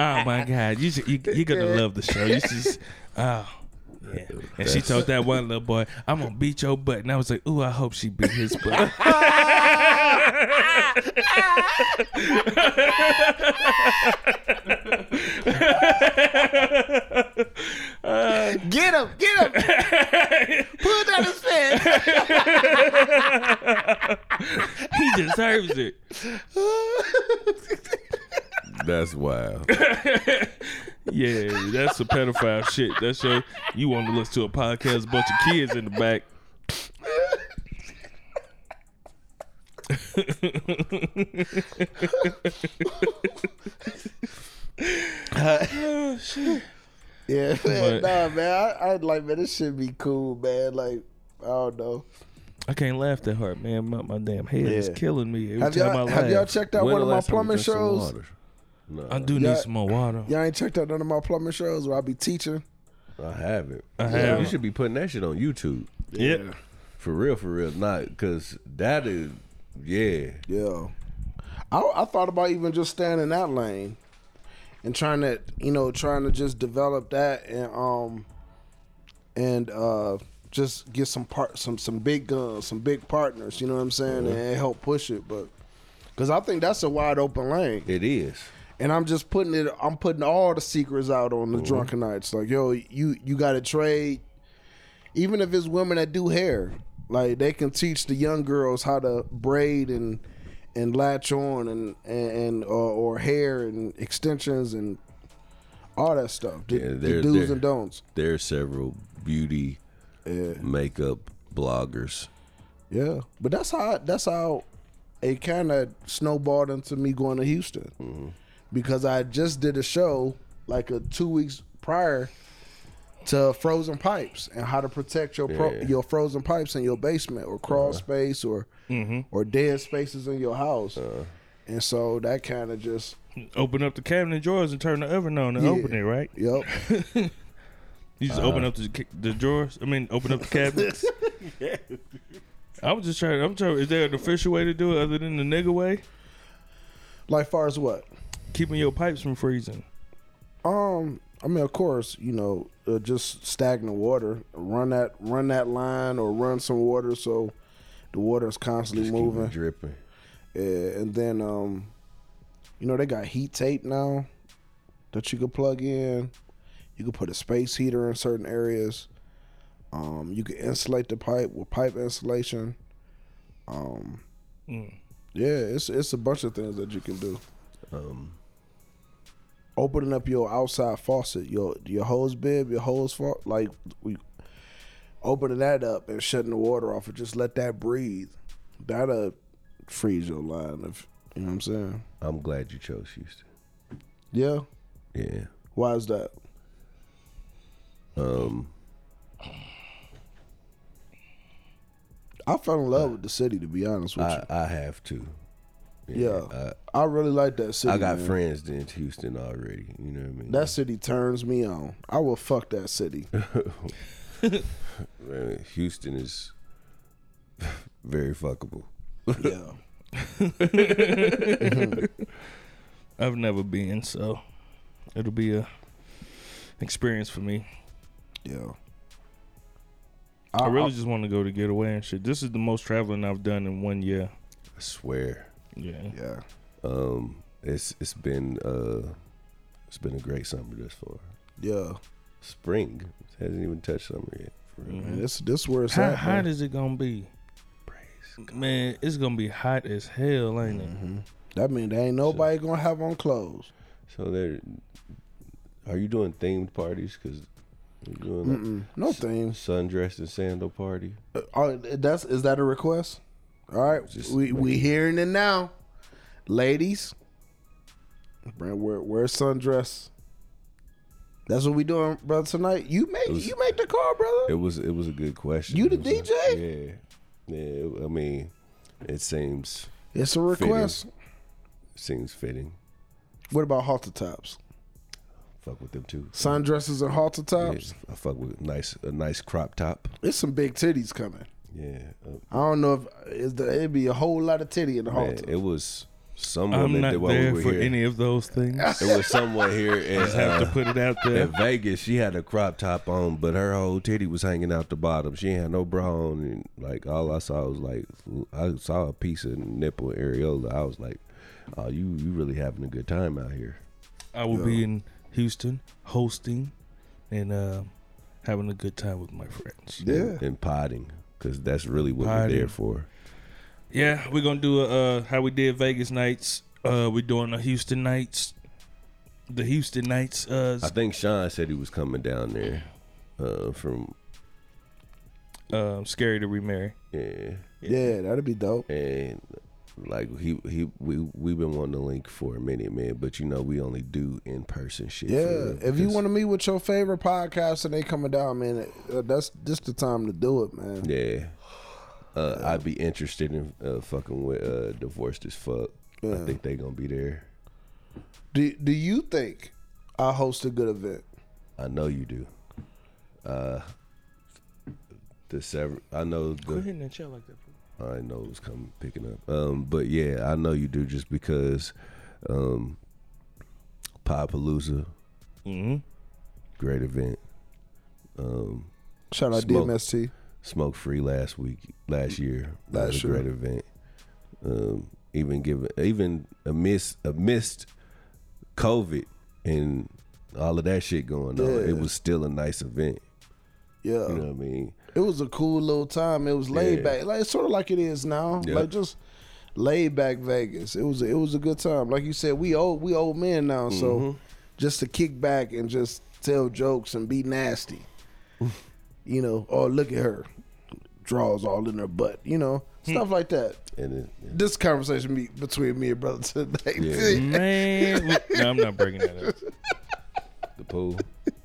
Speaker 1: oh my god, you should, you you're gonna love the show. You just oh. Yeah. *laughs* And she told that one little boy, "I'm gonna beat your butt," and I was like, "Ooh, I hope she beat his butt."
Speaker 3: Get him, get him.
Speaker 2: *laughs*
Speaker 3: Pull down his pants.
Speaker 1: *laughs* he deserves it.
Speaker 2: That's wild.
Speaker 1: Yeah, that's some pedophile shit. That's your you want to listen to a podcast, a bunch of kids in the back. oh, shit.
Speaker 3: Yeah,
Speaker 1: But-
Speaker 3: man, nah, man. I, I like, man, this should be cool, man. Like, I don't know.
Speaker 1: I can't laugh that hard, man. My, my damn head is
Speaker 3: Yeah.
Speaker 1: killing me every
Speaker 3: Have
Speaker 1: time
Speaker 3: y'all,
Speaker 1: I
Speaker 3: have y'all
Speaker 1: laugh.
Speaker 3: checked out
Speaker 2: When
Speaker 3: one
Speaker 2: the
Speaker 3: of my
Speaker 2: last time you
Speaker 3: plumbing
Speaker 2: drank some
Speaker 3: shows?
Speaker 2: water?
Speaker 1: I do need some more water.
Speaker 3: Y'all ain't checked out none of my plumbing shows where I be teaching.
Speaker 2: I haven't.
Speaker 1: I
Speaker 2: You
Speaker 1: haven't.
Speaker 2: should be putting that shit on YouTube.
Speaker 1: Yep.
Speaker 2: For real, for real. Not because that is, yeah.
Speaker 3: Yeah. I, I thought about even just staying in that lane and trying to, you know, trying to just develop that and um and uh just get some part some some big guns, some big partners, you know what I'm saying, and help push it, but cuz I think that's a wide open lane.
Speaker 2: It is.
Speaker 3: And I'm just putting it I'm putting all the secrets out on
Speaker 2: Mhm.
Speaker 3: the drunken nights. Like, yo, you you got to trade even if it's women that do hair, like they can teach the young girls how to braid and and latch on and and, and or, or hair and extensions and all that stuff. The,
Speaker 2: Yeah,
Speaker 3: the
Speaker 2: they're-
Speaker 3: do's
Speaker 2: they're-
Speaker 3: and don'ts.
Speaker 2: There are several beauty, makeup bloggers.
Speaker 3: Yeah, but that's how that's how it kind of snowballed into me going to Houston because I just did a show like a two weeks prior to frozen pipes and how to protect your pro- your frozen pipes in your basement or crawl space or or dead spaces in your house, and so that kind of just
Speaker 1: Open up the cabinet drawers and turn the oven on and open it, right?
Speaker 3: yep.
Speaker 1: You just open up the, ca- the drawers. I mean, open up the *laughs* cabinets. I was just trying. I'm trying. Is there an official way to do it other than the nigga way?
Speaker 3: *laughs* like far as what?
Speaker 1: Keeping your pipes from freezing.
Speaker 3: Um, I mean, of course, you know, uh, just stagnant water. Run that, run that line, or run some water so the water is constantly moving.
Speaker 2: Dripping.
Speaker 3: Yeah, and then, um, you know, they got heat tape now that you can plug in. You can put a space heater in certain areas. Um, you can insulate the pipe with pipe insulation. Um, yeah, it's it's a bunch of things that you can do. Opening up your outside faucet, your your hose bib, your hose fa- like we opening that up and shutting the water off, and just let that breathe. uh, That'll freeze your line. If you know what I'm saying.
Speaker 2: I'm glad you chose Houston.
Speaker 3: Yeah.
Speaker 2: Yeah.
Speaker 3: Why is that?
Speaker 2: Um.
Speaker 3: I fell in love with the city, to be honest with
Speaker 2: I, I have to.
Speaker 3: you. Yeah, I really like that city.
Speaker 2: I got
Speaker 3: man.
Speaker 2: friends in Houston already. You know what I mean?
Speaker 3: That city turns me on. I will fuck that city.
Speaker 2: Uh, Houston is *laughs* very fuckable.
Speaker 3: yeah,
Speaker 1: Mm-hmm. *laughs* I've never been, so it'll be a experience for me.
Speaker 3: yeah.
Speaker 1: I really just want to go to get away and shit. This is the most traveling I've done in one year.
Speaker 2: I swear.
Speaker 1: Yeah.
Speaker 3: yeah.
Speaker 2: Um. It's it's been uh, it's been a great summer thus far.
Speaker 3: Yeah,
Speaker 2: Spring hasn't even touched summer yet. For real.
Speaker 3: man, this this where it's
Speaker 1: How
Speaker 3: at.
Speaker 1: hot
Speaker 3: man.
Speaker 1: is it gonna be? Man, it's gonna be hot as hell, ain't it?
Speaker 3: That mean there ain't nobody gonna have on clothes.
Speaker 2: So there, are you doing themed parties? Because you doing like
Speaker 3: No things.
Speaker 2: sundress and sandal party.
Speaker 3: Oh, that's is that a request? All right, we we hearing it now, ladies. Brent, wear wear sundress. That's what we doing, brother. Tonight, you make you make the call, brother.
Speaker 2: It was it was a good question.
Speaker 3: You the
Speaker 2: It was a-
Speaker 3: DJ?
Speaker 2: yeah, yeah. I mean, it seems
Speaker 3: it's a request.
Speaker 2: seems fitting.
Speaker 3: What about halter tops?
Speaker 2: Fuck with them too.
Speaker 3: Sundresses and halter
Speaker 2: Yeah,
Speaker 3: tops.
Speaker 2: I fuck with nice a nice crop top.
Speaker 3: It's some big titties coming.
Speaker 2: Yeah, uh,
Speaker 3: I don't know if is the, it'd be a whole lot of titty in the
Speaker 2: man,
Speaker 3: halter.
Speaker 2: it was Someone
Speaker 1: I'm
Speaker 2: that
Speaker 1: not
Speaker 2: did while we
Speaker 1: there
Speaker 2: were
Speaker 1: for
Speaker 2: here.
Speaker 1: any of those things.
Speaker 2: *laughs* it was
Speaker 1: *laughs*
Speaker 2: someone here in,
Speaker 1: have to
Speaker 2: uh,
Speaker 1: put it out there.
Speaker 2: in Vegas. She had a crop top on, but her whole titty was hanging out the bottom. She had no bra on, and like all I saw was like I saw a piece of nipple areola. I was like, "Oh, you you really having a good time out here?"
Speaker 1: I will be in Houston hosting and uh, having a good time with my friends.
Speaker 3: Yeah.
Speaker 2: and, and potting because that's really what we're there
Speaker 1: Potting.
Speaker 2: for.
Speaker 1: Yeah, we're gonna do a uh, how we did Vegas nights. Uh, we're doing a Houston nights. The Houston nights. Uh,
Speaker 2: I think Sean said he was coming down there uh, from
Speaker 1: uh, scary to remarry.
Speaker 2: yeah,
Speaker 3: Yeah, that'd be dope.
Speaker 2: and like he he we we've been wanting to link for a minute, man. But you know we only do in person shit. for
Speaker 3: Yeah,
Speaker 2: real,
Speaker 3: if you
Speaker 2: because-
Speaker 3: want to meet with your favorite podcast and they coming down, man, uh, that's just the time to do it, man.
Speaker 2: Yeah. Uh, I'd be interested in uh, fucking with uh, divorced as fuck. I
Speaker 3: Yeah.
Speaker 2: think they gonna be there.
Speaker 3: Do Do you think I host a good event?
Speaker 2: I know you do. Uh, the sever- I know
Speaker 1: Go
Speaker 2: the
Speaker 1: ahead and chill like that.
Speaker 2: I know it's coming picking up. Um, but yeah, I know you do just because um, Palooza,
Speaker 1: Mm-hmm.
Speaker 2: great event.
Speaker 3: Shout out
Speaker 2: Smoke.
Speaker 3: DMST.
Speaker 2: smoke free last week, last year. That was
Speaker 3: Last
Speaker 2: a
Speaker 3: year.
Speaker 2: great event. Um, even given, even amidst amidst COVID and all of that shit going on, it
Speaker 3: Yeah. Oh.
Speaker 2: was still a nice event.
Speaker 3: Yeah,
Speaker 2: You know what I mean?
Speaker 3: it was a cool little time. It was laid
Speaker 2: Yeah.
Speaker 3: back, like sort of like it is now,
Speaker 2: Yeah.
Speaker 3: like just laid back Vegas. It was it was a good time. Like you said, we old we old men now, so just to kick back and just tell jokes and be nasty, you know. Oh, look at her, draws all in her butt, you know, stuff like that.
Speaker 2: And it,
Speaker 3: this conversation be between me and brother *laughs* today.
Speaker 2: Yeah.
Speaker 1: Man, we- no, I'm not breaking that up.
Speaker 2: the pool.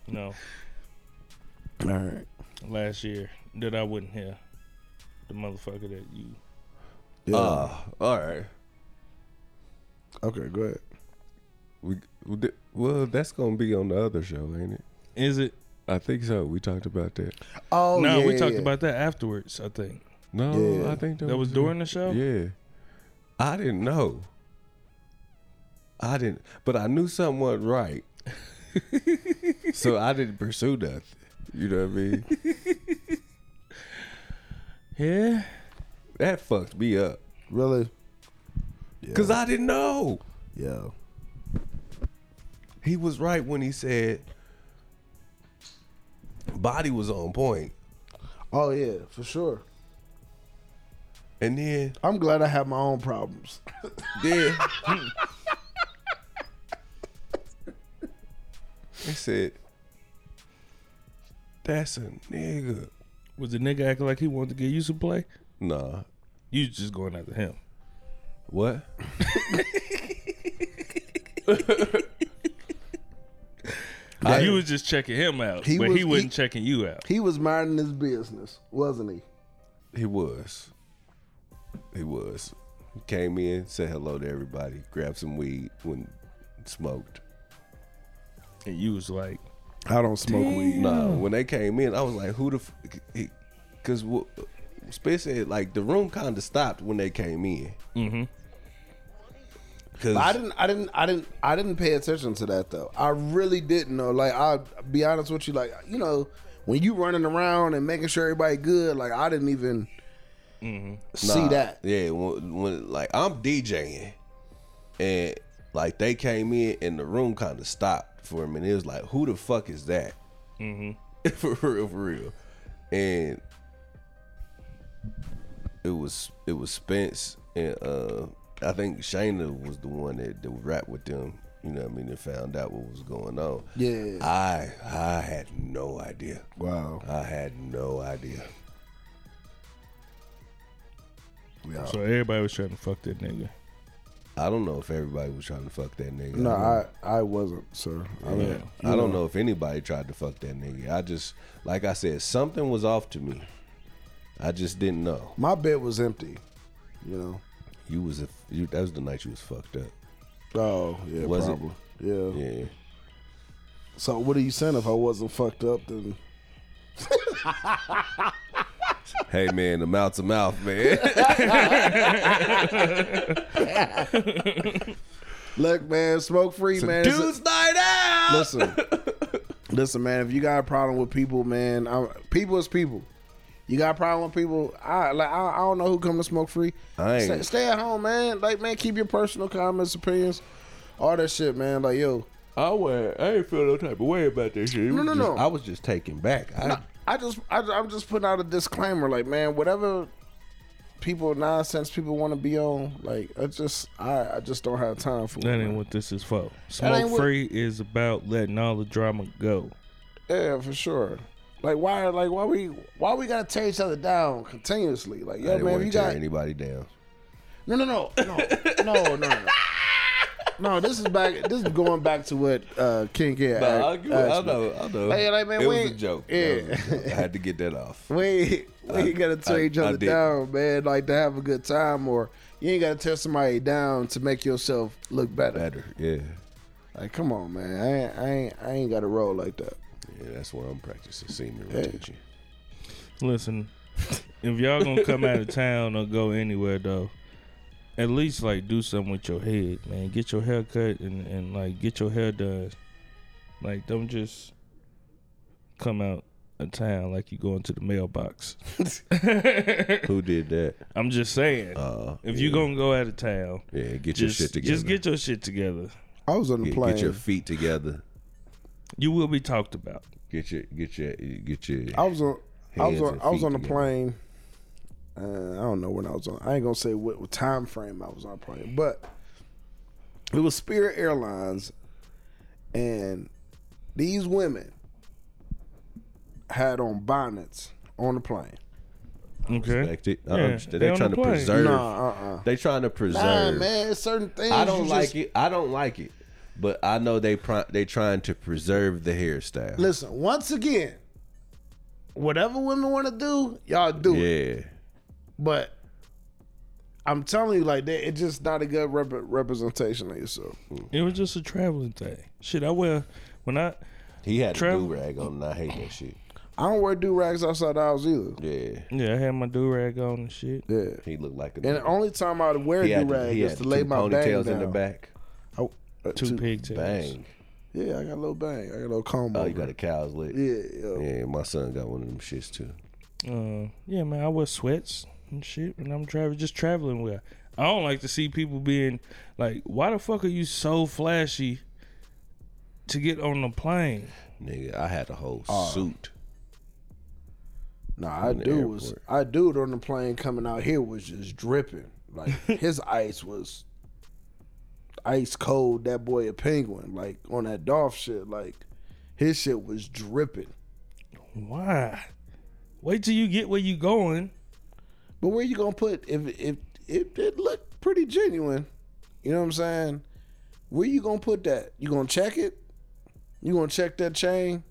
Speaker 1: No,
Speaker 3: All right.
Speaker 1: last year that I wouldn't hear the motherfucker that you.
Speaker 3: Yeah.
Speaker 2: Ah, all right.
Speaker 3: okay, go ahead.
Speaker 2: We, we di- well, that's gonna be on the other show, ain't it?
Speaker 1: Is it?
Speaker 2: I think so. We talked about that.
Speaker 3: Oh,
Speaker 1: no,
Speaker 3: yeah,
Speaker 1: we
Speaker 3: yeah,
Speaker 1: talked
Speaker 3: yeah.
Speaker 1: about that afterwards. I think
Speaker 2: No,
Speaker 3: Yeah.
Speaker 2: I think that,
Speaker 1: that
Speaker 6: Mm-hmm.
Speaker 1: was during the show.
Speaker 2: Yeah. I didn't know. I didn't, but I knew something wasn't right. so I didn't pursue nothing. You know what I mean?
Speaker 1: Yeah.
Speaker 2: That fucked me up.
Speaker 3: really.
Speaker 2: Because I didn't know.
Speaker 3: Yeah.
Speaker 2: He was right when he said body was on point.
Speaker 3: Oh yeah, for sure.
Speaker 2: And then,
Speaker 3: I'm glad I have my own problems.
Speaker 2: then. I said, that's a nigga.
Speaker 1: Was the nigga acting like he wanted to get you some play?
Speaker 2: Nah.
Speaker 1: You was just going after him.
Speaker 2: What?
Speaker 1: Like, you was just checking him out,
Speaker 3: He
Speaker 1: but
Speaker 3: was-
Speaker 1: he wasn't
Speaker 3: he-
Speaker 1: checking you out.
Speaker 3: He was minding his business, wasn't he?
Speaker 2: He was. He was. He came in, said hello to everybody, grabbed some weed when smoked.
Speaker 1: And you was like,
Speaker 3: I don't smoke weed.
Speaker 2: No, when they came in, I was like, who the f-? he- Cause wh- Spence said like the room kind of stopped when they came in. Mm-hmm. Cause
Speaker 3: I didn't. I didn't. I didn't. I didn't pay attention to that though. I really didn't know. Like I'll be honest with you. Like you know, when you running around and making sure everybody good, like I didn't even see
Speaker 2: Nah,
Speaker 3: that.
Speaker 2: Yeah, when, when like I'm DJing, and like they came in and the room kind of stopped for a minute. It was like, who the fuck is that? Mm-hmm. *laughs* for real, for real. And it was it was Spence and uh I think Shayna was the one that that rapped with them. You know what I mean? That found out what was going on.
Speaker 3: Yeah.
Speaker 2: I I had no idea.
Speaker 3: Wow.
Speaker 2: I had no idea.
Speaker 3: Oh.
Speaker 1: so everybody was trying to fuck that nigga.
Speaker 2: I don't know if everybody was trying to fuck that nigga.
Speaker 3: No,
Speaker 2: don't
Speaker 3: I I wasn't, sir. I mean,
Speaker 2: I don't know if anybody tried to fuck that nigga. I just, like I said, something was off to me. I just didn't know.
Speaker 3: my bed was empty. You know.
Speaker 2: You was a, you, that was the night you was fucked up.
Speaker 3: Oh yeah,
Speaker 2: Was it?
Speaker 3: probably. Yeah.
Speaker 2: Yeah.
Speaker 3: So what are you saying? If I wasn't fucked up, then
Speaker 2: Hey man, the mouth to mouth,
Speaker 3: *laughs*
Speaker 2: man.
Speaker 3: Look, man, smoke free, man. It's a-
Speaker 2: night out. *laughs*
Speaker 3: listen, listen, man. If you got a problem with people, man, i people is people. You got a problem with people? I like. I, I don't know who come to smoke free.
Speaker 2: I ain't-
Speaker 3: Stay, stay at home, man. Like, man, keep your personal comments, opinions, all that shit, man. Like, yo,
Speaker 6: I went, I ain't feel no type of way about that shit. It
Speaker 3: No,
Speaker 6: was
Speaker 3: no,
Speaker 6: just-
Speaker 3: no.
Speaker 6: I was just taken back. I,
Speaker 3: I just, I, I'm just putting out a disclaimer, like, man, whatever people nonsense people want to be on, like, I just, I, I just don't have time for. it,
Speaker 1: That ain't
Speaker 3: man.
Speaker 1: what this is for.
Speaker 3: ain't
Speaker 1: Smoke
Speaker 3: what-
Speaker 1: free is about letting all the drama go.
Speaker 3: Yeah, for sure. Like why? Like why we? Why we gotta tear each other down continuously? Like
Speaker 2: I
Speaker 3: yo,
Speaker 2: didn't
Speaker 3: man,
Speaker 2: want
Speaker 3: if
Speaker 2: to
Speaker 3: you
Speaker 2: tear
Speaker 3: got
Speaker 2: anybody down.
Speaker 3: no, no, no, no, no, no, no. No, this is back. This is going back to what uh, King Kid.
Speaker 6: Nah, I,
Speaker 3: asked-
Speaker 6: get what- I
Speaker 3: asked me.
Speaker 6: know, I know.
Speaker 3: Hey, like, man,
Speaker 6: it
Speaker 3: we
Speaker 6: was a
Speaker 3: ain't-
Speaker 6: joke.
Speaker 3: yeah.
Speaker 6: That was
Speaker 3: *laughs*
Speaker 6: a joke. I had to get that off.
Speaker 3: We ain't, we ain't gotta tear
Speaker 2: I-
Speaker 3: each
Speaker 2: I
Speaker 3: other
Speaker 2: didn't.
Speaker 3: down, man. Like to have a good time, or you ain't gotta tear somebody down to make yourself look better.
Speaker 2: Better, yeah.
Speaker 3: Like, come on, man. I ain't, I ain't, I ain't gotta roll like that.
Speaker 2: Yeah, that's where I'm practicing semen retention.
Speaker 1: Listen, if y'all gonna come out of town or go anywhere though, at least like do something with your head, man. Get your hair cut and, and like get your hair done. Like don't just come out of town like you going to the mailbox.
Speaker 2: Who did that?
Speaker 1: I'm just saying.
Speaker 2: Uh,
Speaker 1: if you gonna go out of town,
Speaker 2: Yeah, get your
Speaker 1: just
Speaker 2: shit together.
Speaker 1: just get your shit together.
Speaker 3: I was on the
Speaker 2: Get-
Speaker 3: plane.
Speaker 2: get your feet together.
Speaker 1: You will be talked about.
Speaker 2: Get your get your get your.
Speaker 3: I was on. I was
Speaker 2: Hands
Speaker 3: on.
Speaker 2: and
Speaker 3: I was
Speaker 2: feet
Speaker 3: on a
Speaker 2: together.
Speaker 3: plane. Uh, I don't know when I was on. I ain't gonna say what, what time frame I was on a plane, but it was Spirit Airlines, and these women had on bonnets on the plane.
Speaker 1: Okay.
Speaker 2: Respect it. I
Speaker 1: Yeah,
Speaker 2: understand.
Speaker 1: they
Speaker 2: They
Speaker 1: on
Speaker 2: trying
Speaker 1: the
Speaker 2: to
Speaker 1: plane.
Speaker 2: preserve.
Speaker 3: Nah, uh-uh.
Speaker 2: They trying to
Speaker 3: Nah,
Speaker 2: preserve.
Speaker 3: man, it's certain things.
Speaker 2: I don't
Speaker 3: you
Speaker 2: like
Speaker 3: just-
Speaker 2: it. I don't like it. But I know they pro- they trying to preserve the hairstyle.
Speaker 3: Listen, once again, whatever women want to do, y'all do it.
Speaker 2: yeah,
Speaker 3: But I'm telling you, like, they, it's just not a good rep- representation of yourself.
Speaker 1: It was just a traveling thing. Shit, I wear when I
Speaker 2: he had
Speaker 1: Trav-
Speaker 2: a do rag on. And I hate that shit.
Speaker 3: I don't wear do rags outside the house either.
Speaker 2: Yeah,
Speaker 1: yeah, I had my do rag on and shit.
Speaker 3: Yeah.
Speaker 2: he looked like a.
Speaker 3: And the only time I'd wear
Speaker 2: he
Speaker 3: do
Speaker 2: had,
Speaker 3: rag
Speaker 2: he
Speaker 3: is
Speaker 2: had
Speaker 3: to lay
Speaker 2: two
Speaker 3: my bang
Speaker 2: ponytails
Speaker 3: down.
Speaker 2: in the back.
Speaker 3: I- uh,
Speaker 1: Two,
Speaker 3: two-
Speaker 1: pigtails.
Speaker 2: Bang!
Speaker 3: Yeah, I got a little bang. I got a little comb.
Speaker 2: Oh, you
Speaker 3: over.
Speaker 2: got a cow's lip.
Speaker 3: Yeah, yeah.
Speaker 2: Yeah, my son got one of them shits too.
Speaker 1: Uh, yeah, man, I wear sweats and shit when I'm traveling, just traveling with. I don't like to see people being like, why the fuck are you so flashy to get on the plane?
Speaker 2: Nigga, I had a whole
Speaker 3: Ah.
Speaker 2: suit.
Speaker 3: Nah, I
Speaker 2: the
Speaker 3: do was
Speaker 2: airport.
Speaker 3: I dude on the plane coming out here was just dripping.
Speaker 2: *laughs*
Speaker 3: Like his ice was ice cold. That boy a penguin. Like on that Dolph shit. Like his shit was dripping.
Speaker 1: Why? Wait till you get where you going.
Speaker 3: But where you gonna put if if it, it looked pretty genuine? You know what I'm saying? Where you gonna put that? You gonna check it? You gonna check that chain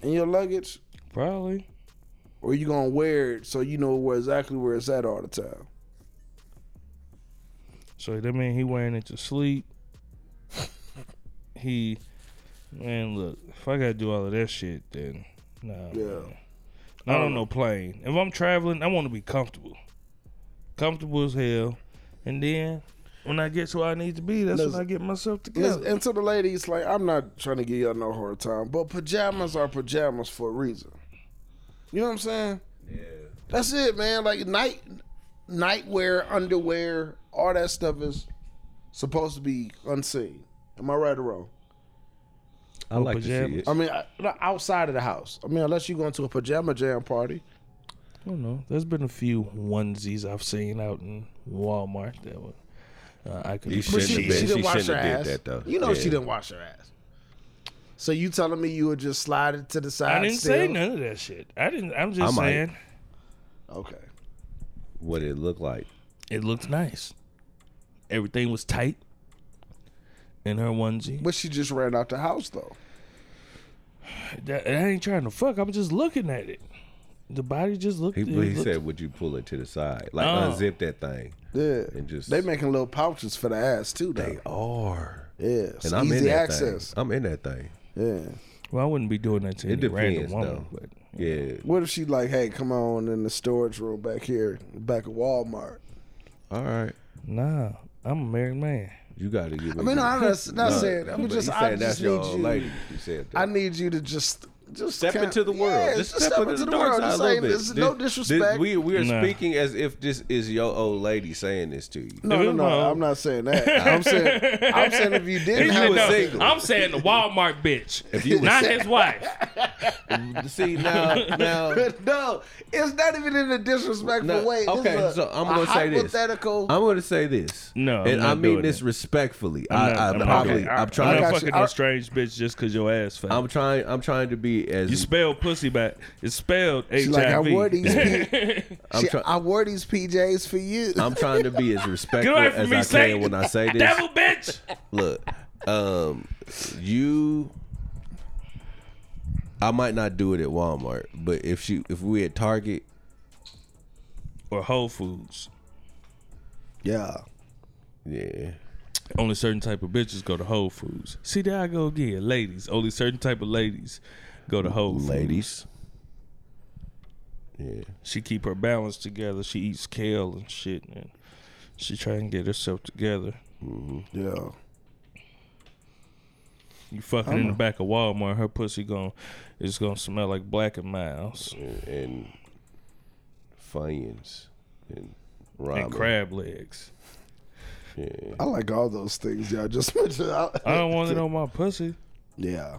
Speaker 3: in your luggage,
Speaker 1: Probably.
Speaker 3: or you gonna wear it so you know where exactly where it's at all the time?
Speaker 1: So that mean he wearing it to sleep. he, man, look, if I gotta do all of that shit, then nah.
Speaker 3: Yeah.
Speaker 1: Not on no plane. If I'm traveling, I want to be comfortable. Comfortable as hell. And then when I get to where I need to be, that's when
Speaker 3: Listen.
Speaker 1: I get myself
Speaker 3: Yes,
Speaker 1: together.
Speaker 3: and to the ladies, like I'm not trying to give y'all no hard time, but pajamas are pajamas for a reason. You know what I'm saying? Yeah. That's it, man. Like night, nightwear, underwear, all that stuff is supposed to be unseen. Am I right or wrong?
Speaker 2: I like to see
Speaker 1: pajamas.
Speaker 2: it.
Speaker 3: I mean, I, not outside of the house. I mean, unless you going to a pajama jam party.
Speaker 1: I don't know. There's been a few onesies I've seen out in Walmart that were, uh, I could
Speaker 2: You
Speaker 1: appreciate.
Speaker 2: shouldn't have been- she
Speaker 3: didn't wash her
Speaker 2: shouldn't have
Speaker 3: ass.
Speaker 2: did that though.
Speaker 3: You know she
Speaker 2: Yeah.
Speaker 3: didn't wash her ass. So you telling me you would just slide it to the side?
Speaker 1: I didn't
Speaker 3: still?
Speaker 1: say none of that shit. I didn't. I'm just
Speaker 2: I might.
Speaker 1: saying
Speaker 3: Okay.
Speaker 2: What it looked like.
Speaker 1: it looked nice. Everything was tight in her onesie.
Speaker 3: But she just ran out the house though.
Speaker 1: That- I ain't trying to fuck. I'm just looking at it. The body just looked.
Speaker 2: He,
Speaker 1: it
Speaker 2: he
Speaker 1: looked-
Speaker 2: said, "Would you pull it to the side, like
Speaker 1: Oh.
Speaker 2: unzip that thing?"
Speaker 3: Yeah,
Speaker 2: And just-
Speaker 3: they making little pouches for the ass too. Though.
Speaker 2: Are
Speaker 3: yeah, it's
Speaker 2: and I'm
Speaker 3: easy
Speaker 2: in that
Speaker 3: access.
Speaker 2: thing. I'm in that thing.
Speaker 3: Yeah,
Speaker 1: Well, I wouldn't be doing that to any
Speaker 2: It
Speaker 1: random
Speaker 2: depends,
Speaker 1: woman,
Speaker 2: though.
Speaker 1: but
Speaker 2: Yeah.
Speaker 3: What if she like, hey, come on in the storage room back here, back at Walmart?
Speaker 2: All right.
Speaker 1: Nah, I'm a married man.
Speaker 2: You got to give me.
Speaker 3: I mean, I'm not,
Speaker 2: *laughs*
Speaker 3: not saying. I'm
Speaker 2: But
Speaker 3: just,
Speaker 2: you
Speaker 3: I
Speaker 2: said
Speaker 3: just
Speaker 2: that's
Speaker 3: need
Speaker 2: your
Speaker 3: you.
Speaker 2: lady. You said that.
Speaker 3: I need you to just, just
Speaker 2: Step
Speaker 3: kinda-
Speaker 2: into the world.
Speaker 3: Yeah,
Speaker 2: just step, into, the, dark
Speaker 3: world.
Speaker 2: side
Speaker 3: Just
Speaker 2: a little
Speaker 3: saying,
Speaker 2: bit.
Speaker 3: this is no
Speaker 2: This- this-
Speaker 3: disrespect.
Speaker 2: we we are
Speaker 1: Nah.
Speaker 2: speaking as if this is your old lady saying this to you.
Speaker 3: no, no, no.
Speaker 1: No.
Speaker 3: I'm not saying that.
Speaker 2: *laughs*
Speaker 3: I'm saying, I'm saying if you didn't
Speaker 2: If you
Speaker 3: have
Speaker 2: was
Speaker 3: a
Speaker 2: saying- single.
Speaker 1: I'm saying the Walmart
Speaker 2: *laughs*
Speaker 1: bitch,
Speaker 2: you was
Speaker 1: not his wife.
Speaker 2: See now, now.
Speaker 3: *laughs* no, it's not even in a disrespectful
Speaker 2: No,
Speaker 3: way. This
Speaker 2: okay,
Speaker 3: is a-
Speaker 2: so I'm
Speaker 3: a
Speaker 2: gonna say this.
Speaker 3: hypothetical.
Speaker 2: I'm going to say this.
Speaker 1: No, I'm
Speaker 2: and
Speaker 1: not
Speaker 2: I mean
Speaker 1: doing
Speaker 2: this
Speaker 1: it.
Speaker 2: respectfully.
Speaker 1: I'm
Speaker 2: *laughs* I,
Speaker 1: not-
Speaker 2: I,
Speaker 1: I'm not
Speaker 2: probably,
Speaker 1: doing it.
Speaker 2: I'm
Speaker 1: I'm
Speaker 2: trying.
Speaker 1: not
Speaker 3: got
Speaker 1: fucking
Speaker 3: you.
Speaker 1: no
Speaker 3: I-
Speaker 1: strange bitch just cause your ass fat.
Speaker 2: I'm trying. I'm trying to be as.
Speaker 1: you spell pussy back. It's spelled HIV.
Speaker 3: She's like, I wore these.
Speaker 1: *laughs*
Speaker 2: *laughs*
Speaker 3: P-
Speaker 2: I'm
Speaker 3: she-
Speaker 2: try-
Speaker 3: I wore these PJs for you.
Speaker 2: I'm trying to be
Speaker 1: *laughs*
Speaker 2: as
Speaker 1: Get
Speaker 2: respectful
Speaker 1: away from
Speaker 2: as
Speaker 1: me,
Speaker 2: I
Speaker 1: Satan.
Speaker 2: can when I say this.
Speaker 1: Devil bitch.
Speaker 2: Look, um, you. I might not do it at Walmart, but if you if we at Target,
Speaker 1: Or Whole Foods.
Speaker 3: yeah.
Speaker 2: yeah,
Speaker 1: Only certain type of bitches go to Whole Foods. See, there I go again. Ladies. Only certain type of ladies go to Whole Foods.
Speaker 2: ladies, yeah,
Speaker 1: She keep her balance together. She eats kale and shit, and she try and get herself together.
Speaker 3: Yeah.
Speaker 1: You fucking in the back of Walmart, her pussy gon' it's gonna smell like black and miles
Speaker 2: and, and funyuns and ramen.
Speaker 1: and crab legs.
Speaker 2: Yeah.
Speaker 3: I like all those things y'all just *laughs* mentioned. I,
Speaker 1: I don't want it on my pussy.
Speaker 3: Yeah.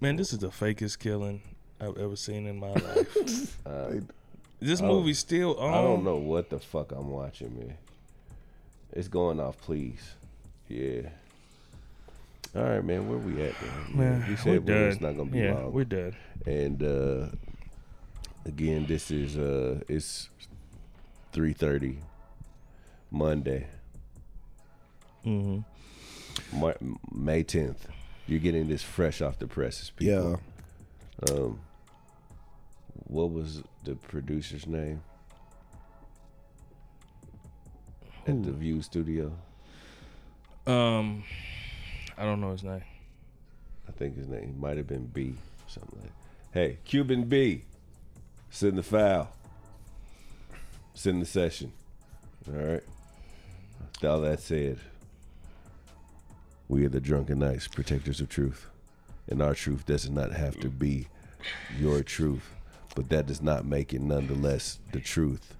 Speaker 1: Man, this is the fakest killing I've ever seen in my life.
Speaker 2: *laughs*
Speaker 1: this movie's still on.
Speaker 2: I don't know what the fuck I'm watching, man. It's going off, please. Yeah. All right, man. Where we at, man?
Speaker 1: Man,
Speaker 2: we
Speaker 1: we're
Speaker 2: said we it's
Speaker 1: done.
Speaker 2: not gonna be
Speaker 1: yeah,
Speaker 2: long.
Speaker 1: We're done.
Speaker 2: and uh again this is uh it's 3.30 monday mm-hmm. Mar- may 10th you're getting this fresh off the presses people
Speaker 3: Yeah.
Speaker 2: um what was the producer's name at the view studio
Speaker 1: Um, I don't know his name.
Speaker 2: I think his name might have been B, something like. Hey, Cuban B, send the file. Send the session. All right. With all that said, we are the drunken knights, protectors of truth, and our truth does not have to be your truth, but that does not make it nonetheless the truth,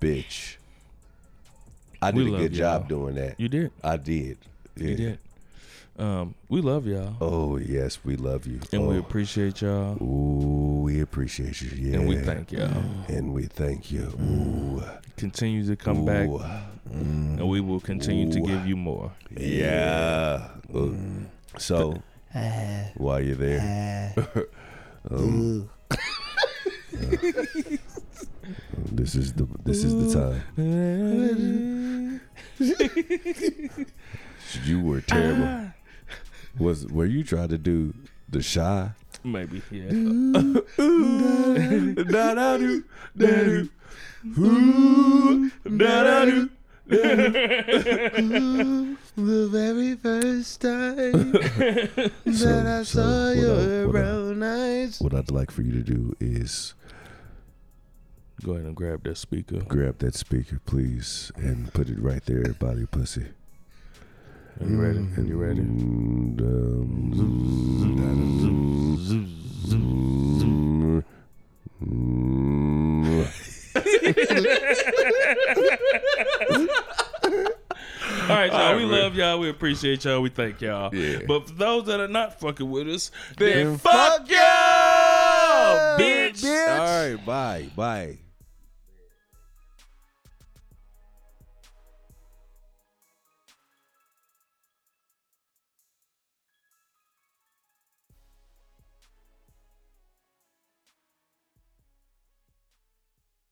Speaker 2: bitch. I
Speaker 1: We
Speaker 2: did a
Speaker 1: love
Speaker 2: good job
Speaker 1: y'all.
Speaker 2: doing that.
Speaker 1: You did.
Speaker 2: I did. Yeah.
Speaker 1: You did. Um, we love y'all
Speaker 2: Oh yes, we love you.
Speaker 1: and we
Speaker 2: Oh.
Speaker 1: appreciate y'all
Speaker 2: Ooh, we appreciate you. Yeah.
Speaker 1: and we thank y'all.
Speaker 2: And we thank you. Ooh.
Speaker 1: Mm. Continue to come back
Speaker 2: Ooh.
Speaker 1: and we will continue to give you more.
Speaker 2: Yeah. Ooh.
Speaker 1: Mm.
Speaker 2: So, uh, while you're there,
Speaker 1: uh,
Speaker 2: *laughs* um, *laughs* this is the this is the time. you were
Speaker 1: Ah.
Speaker 2: terrible. Was were you trying to do the shy?
Speaker 1: *laughs* Maybe, yeah.
Speaker 2: da da do da do Ooh, da da do
Speaker 3: The very first
Speaker 2: *laughs*
Speaker 3: time that I saw your brown eyes.
Speaker 2: What I'd like for you to do is
Speaker 1: Go ahead and grab that speaker.
Speaker 2: grab that speaker, please, and put it right there by your pussy.
Speaker 1: Are you ready? Are you ready?
Speaker 2: And, um, Mm,
Speaker 1: All right, y'all. we love y'all. We appreciate y'all. We thank y'all.
Speaker 2: Yeah.
Speaker 1: But for those that are not fucking with us, then
Speaker 2: fuck y'all,
Speaker 1: bitch.
Speaker 2: All right, bye, bye.